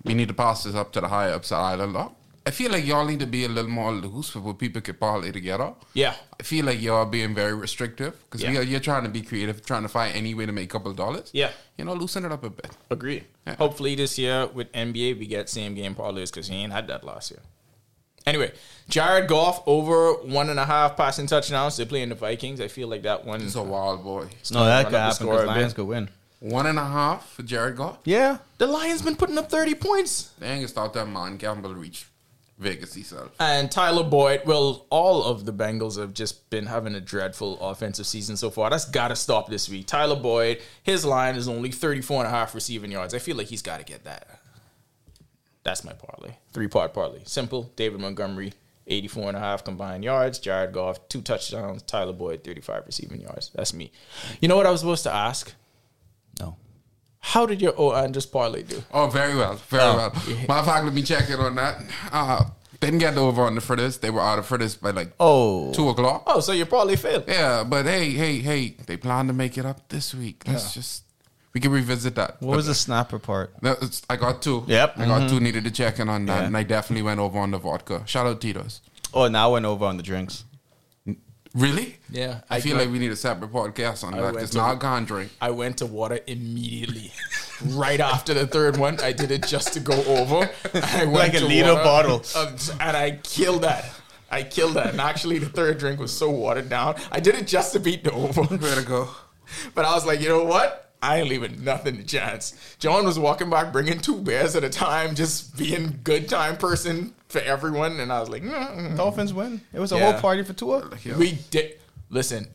Speaker 7: we need to pass this up to the high ups at Island Lock. I feel like y'all need to be a little more loose with what people can parlay together.
Speaker 5: Yeah.
Speaker 7: I feel like y'all being very restrictive because
Speaker 5: Yeah.
Speaker 7: you're trying to be creative, trying to find any way to make a couple dollars.
Speaker 5: Yeah.
Speaker 7: You know, loosen it up a bit.
Speaker 5: Agreed. Hopefully this year with NBA we get same game parlays because he ain't had that last year. Anyway, Jared Goff over one and a half passing touchdowns. They're playing the Vikings. I feel like that one.
Speaker 7: It's a wild boy.
Speaker 6: No,
Speaker 5: run
Speaker 6: that could
Speaker 5: up the
Speaker 6: happen.
Speaker 5: score a
Speaker 6: Because
Speaker 5: bit.
Speaker 6: Lions could win.
Speaker 7: One and a half for Jared Goff.
Speaker 6: Yeah,
Speaker 5: the Lions been putting up thirty points,
Speaker 7: They ain't gonna stop that man Campbell reach Vegas himself.
Speaker 5: and Tyler Boyd. Well, all of the Bengals have just been having a dreadful offensive season so far. That's got to stop this week. Tyler Boyd, his line is only 34 and a half receiving yards. I feel like he's got to get that. That's my parlay. Three part parlay. Simple. David Montgomery, 84 and a half combined yards. Jared Goff, two touchdowns. Tyler Boyd, 35 receiving yards. That's me. You know what I was supposed to ask?
Speaker 6: no.
Speaker 5: How did your O and just parlay do?
Speaker 7: Oh, very well, very well. My fact, let me check in on that. Uh, didn't get over on the fritters. They were out of fritters by like
Speaker 6: Oh,
Speaker 7: two o'clock.
Speaker 5: Oh, so your parlay failed.
Speaker 7: Yeah, but hey, hey, hey, they plan to make it up this week. Let's just we can revisit that.
Speaker 6: what was the snapper part?
Speaker 7: That was- I got two.
Speaker 6: Yep. Mm-hmm.
Speaker 7: I got two. Needed to check in on that,
Speaker 6: Yeah.
Speaker 7: and I definitely went over on the vodka. Shout out Tito's.
Speaker 6: Oh, now I went over on the drinks.
Speaker 7: Really?
Speaker 5: Yeah,
Speaker 7: I,
Speaker 5: I
Speaker 7: feel
Speaker 5: got-
Speaker 7: like we need a separate podcast on that.
Speaker 5: went
Speaker 7: It's
Speaker 5: to-
Speaker 7: not Gondry.
Speaker 5: I went to water immediately. right after the third one, I did it just to go over. I went
Speaker 6: Like a liter bottle.
Speaker 5: um, and I killed that. I killed that. And actually, the third drink was so watered down. I did it just to beat the over.
Speaker 7: Where to go?
Speaker 5: But I was like, you know what? I ain't leaving nothing to chance. John was walking by bringing two bears at a time, just being good time person for everyone. And I was like, mm
Speaker 6: Dolphins win. It was a
Speaker 5: Yeah.
Speaker 6: whole party for Tua.
Speaker 7: Yeah.
Speaker 5: we did. Listen,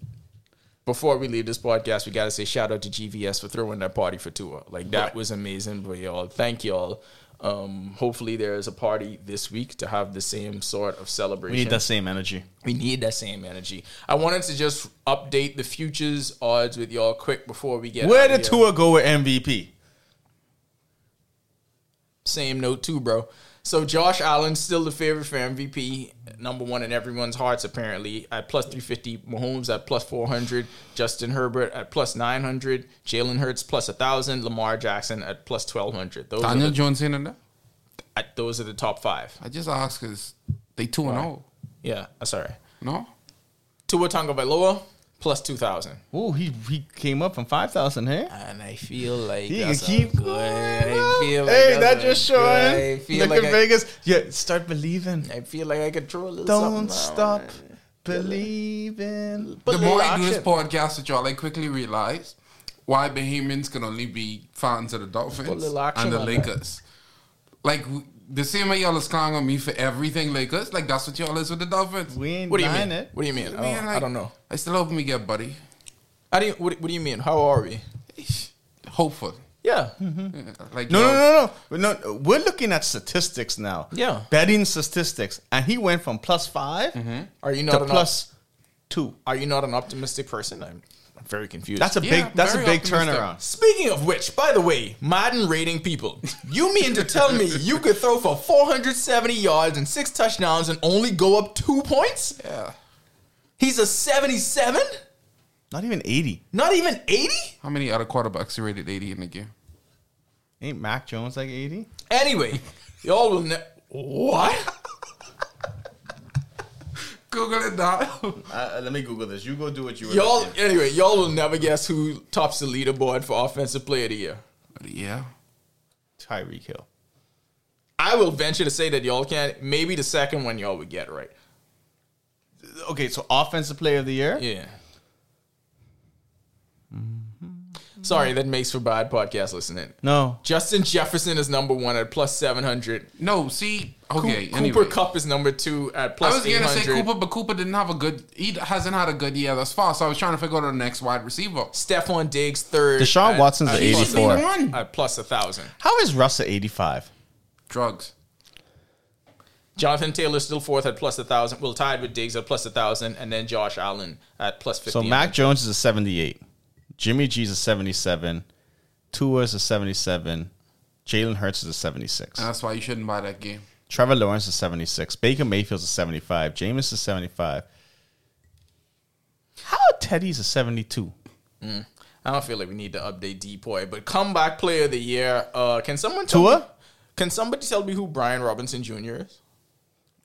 Speaker 5: before we leave this podcast, we gotta say shout out to GVS for throwing that party for Tua. Like that was amazing for y'all. Thank y'all. Um, hopefully there is a party this week to have the same sort of celebration.
Speaker 6: We need that same energy.
Speaker 5: We need that same energy. I wanted to just update the futures odds with y'all quick before we get
Speaker 6: Where
Speaker 5: out of
Speaker 6: did
Speaker 5: here.
Speaker 6: Tua go with MVP?
Speaker 5: same note too, bro. So Josh Allen's still the favorite for MVP, number one in everyone's hearts apparently. At plus three fifty, Mahomes at plus four hundred, Justin Herbert at plus nine hundred, Jalen Hurts plus thousand, Lamar Jackson at plus twelve hundred. Those
Speaker 7: Daniel
Speaker 5: are the,
Speaker 7: Jones in and there?
Speaker 5: I- those are the top five.
Speaker 7: I just asked because they 2 and 0.
Speaker 5: Yeah, uh, sorry.
Speaker 7: No?
Speaker 5: Tua Tagovailoa plus two thousand,
Speaker 6: Ooh, he he came up from five thousand. Hey,
Speaker 5: and I feel like
Speaker 6: he can
Speaker 5: that's a
Speaker 6: keep
Speaker 5: good-
Speaker 6: going.
Speaker 5: I feel like
Speaker 6: hey,
Speaker 5: that's
Speaker 6: that
Speaker 5: a
Speaker 6: just
Speaker 5: good- I
Speaker 6: showing.
Speaker 5: feel
Speaker 6: Look
Speaker 5: like
Speaker 6: at
Speaker 5: I,
Speaker 6: Vegas. Yeah, start believing.
Speaker 5: I feel like I could draw a little. something.
Speaker 6: Don't stop believing.
Speaker 5: But
Speaker 7: the more
Speaker 5: little
Speaker 7: I do this
Speaker 5: option.
Speaker 7: podcast with y'all, I quickly realize why Bahamians can only be fans of the Dolphins
Speaker 5: little action
Speaker 7: and the
Speaker 5: on that.
Speaker 7: Lakers. Like w- the same way y'all is clowning on me for everything Lakers, like that's what y'all is with the Dolphins.
Speaker 6: We ain't
Speaker 5: What do you
Speaker 6: denying
Speaker 5: mean?
Speaker 6: it.
Speaker 5: What do you mean? Oh, I
Speaker 7: Man,
Speaker 5: don't, I
Speaker 7: like,
Speaker 5: don't know.
Speaker 7: I still hope we get buddy.
Speaker 5: How do you, what, what do you mean? How are we?
Speaker 7: Hopeful.
Speaker 5: Yeah.
Speaker 7: Yeah, Like
Speaker 6: No,
Speaker 7: y'all-
Speaker 6: no, no, no, no. We're looking at statistics now.
Speaker 5: Yeah. Mm-hmm.
Speaker 6: betting statistics, and he went from plus five
Speaker 5: Are you
Speaker 6: to
Speaker 5: not an op-
Speaker 6: plus two.
Speaker 5: Are you not an optimistic person? I'm, I'm very confused.
Speaker 6: That's a
Speaker 7: Yeah,
Speaker 6: big. That's a
Speaker 7: very
Speaker 6: big
Speaker 7: optimistic.
Speaker 6: turnaround.
Speaker 5: Speaking of which, by the way, Madden rating people, you mean to tell me you could throw for 470 yards and six touchdowns and only go up two points?
Speaker 7: Yeah.
Speaker 5: He's a 77?
Speaker 6: Not even eighty.
Speaker 5: Not even 80?
Speaker 7: How many other quarterbacks you rated 80 in the game?
Speaker 6: Ain't Mac Jones like eighty?
Speaker 5: Anyway, y'all will ne- What?
Speaker 7: Google it now.
Speaker 6: Uh, let me Google this. You go do what you.
Speaker 5: Y'all, anyway, y'all will never guess who tops the leaderboard for Offensive Player of the Year.
Speaker 7: yeah.
Speaker 6: Tyreek Hill.
Speaker 5: I will venture to say that y'all can't. Maybe the second one y'all would get right.
Speaker 6: Okay, so offensive player of the year.
Speaker 5: Yeah.
Speaker 7: Mm-hmm.
Speaker 5: Sorry, that makes for bad podcast listening.
Speaker 6: No,
Speaker 5: Justin Jefferson is number one at plus 700.
Speaker 7: No, see,
Speaker 5: Coo-
Speaker 7: okay.
Speaker 5: Cooper
Speaker 7: anyway.
Speaker 5: Cup is number two at
Speaker 7: I
Speaker 5: plus
Speaker 7: was going to
Speaker 5: 800.
Speaker 7: say Cooper, but Cooper didn't have a good, he hasn't had a good year thus far, so I was trying to figure out the next wide receiver.
Speaker 5: Stephon Diggs third.
Speaker 6: Deshaun
Speaker 5: at-
Speaker 6: Watson's
Speaker 5: at
Speaker 6: at
Speaker 5: plus-
Speaker 6: 84.
Speaker 5: At plus 1,000.
Speaker 6: How is Russ at 85?
Speaker 7: Drugs.
Speaker 5: Jonathan Taylor still fourth at plus 1,000. Well, tied with Diggs at plus 1,000. And then Josh Allen at plus 50.
Speaker 6: So Mac Jones is a 78. Jimmy G's a 77. Tua is a 77. Jalen Hurts is a 76.
Speaker 5: Uh,
Speaker 7: And that's why you shouldn't buy that game.
Speaker 6: Trevor Lawrence is 76. Baker Mayfield's a 75. Jameis is 75. How Teddy's a 72?
Speaker 5: I don't feel like we need to update Depoy, but comeback player of the year. Uh, can someone tell me,
Speaker 6: Tua?
Speaker 5: Can somebody tell me who Brian Robinson Jr. is?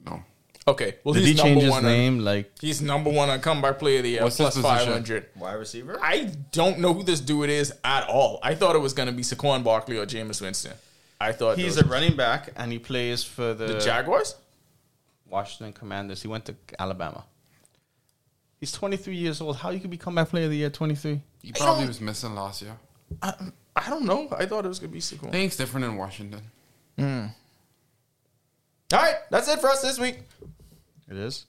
Speaker 7: No.
Speaker 5: Okay, well
Speaker 6: Did
Speaker 5: he's
Speaker 6: he
Speaker 5: number
Speaker 6: change his
Speaker 5: one. On,
Speaker 6: name? Like
Speaker 5: he's number one on comeback player of the year,
Speaker 7: What's his
Speaker 5: plus five
Speaker 7: position?
Speaker 5: hundred.
Speaker 6: wide receiver?
Speaker 5: I don't know who this dude is at all. I thought it was going to be Saquon Barkley or Jameis Winston. I thought
Speaker 6: He's
Speaker 5: those-
Speaker 6: a running back and he plays for the,
Speaker 5: the Jaguars.
Speaker 6: Washington Commanders. He went to Alabama. He's 23 years old. How you could be comeback player of the year 23?
Speaker 7: He probably was missing last year.
Speaker 5: I, I don't know. I thought it was going to be Saquon.
Speaker 7: Things different in Washington.
Speaker 5: All right, that's it for us this week.
Speaker 6: It is.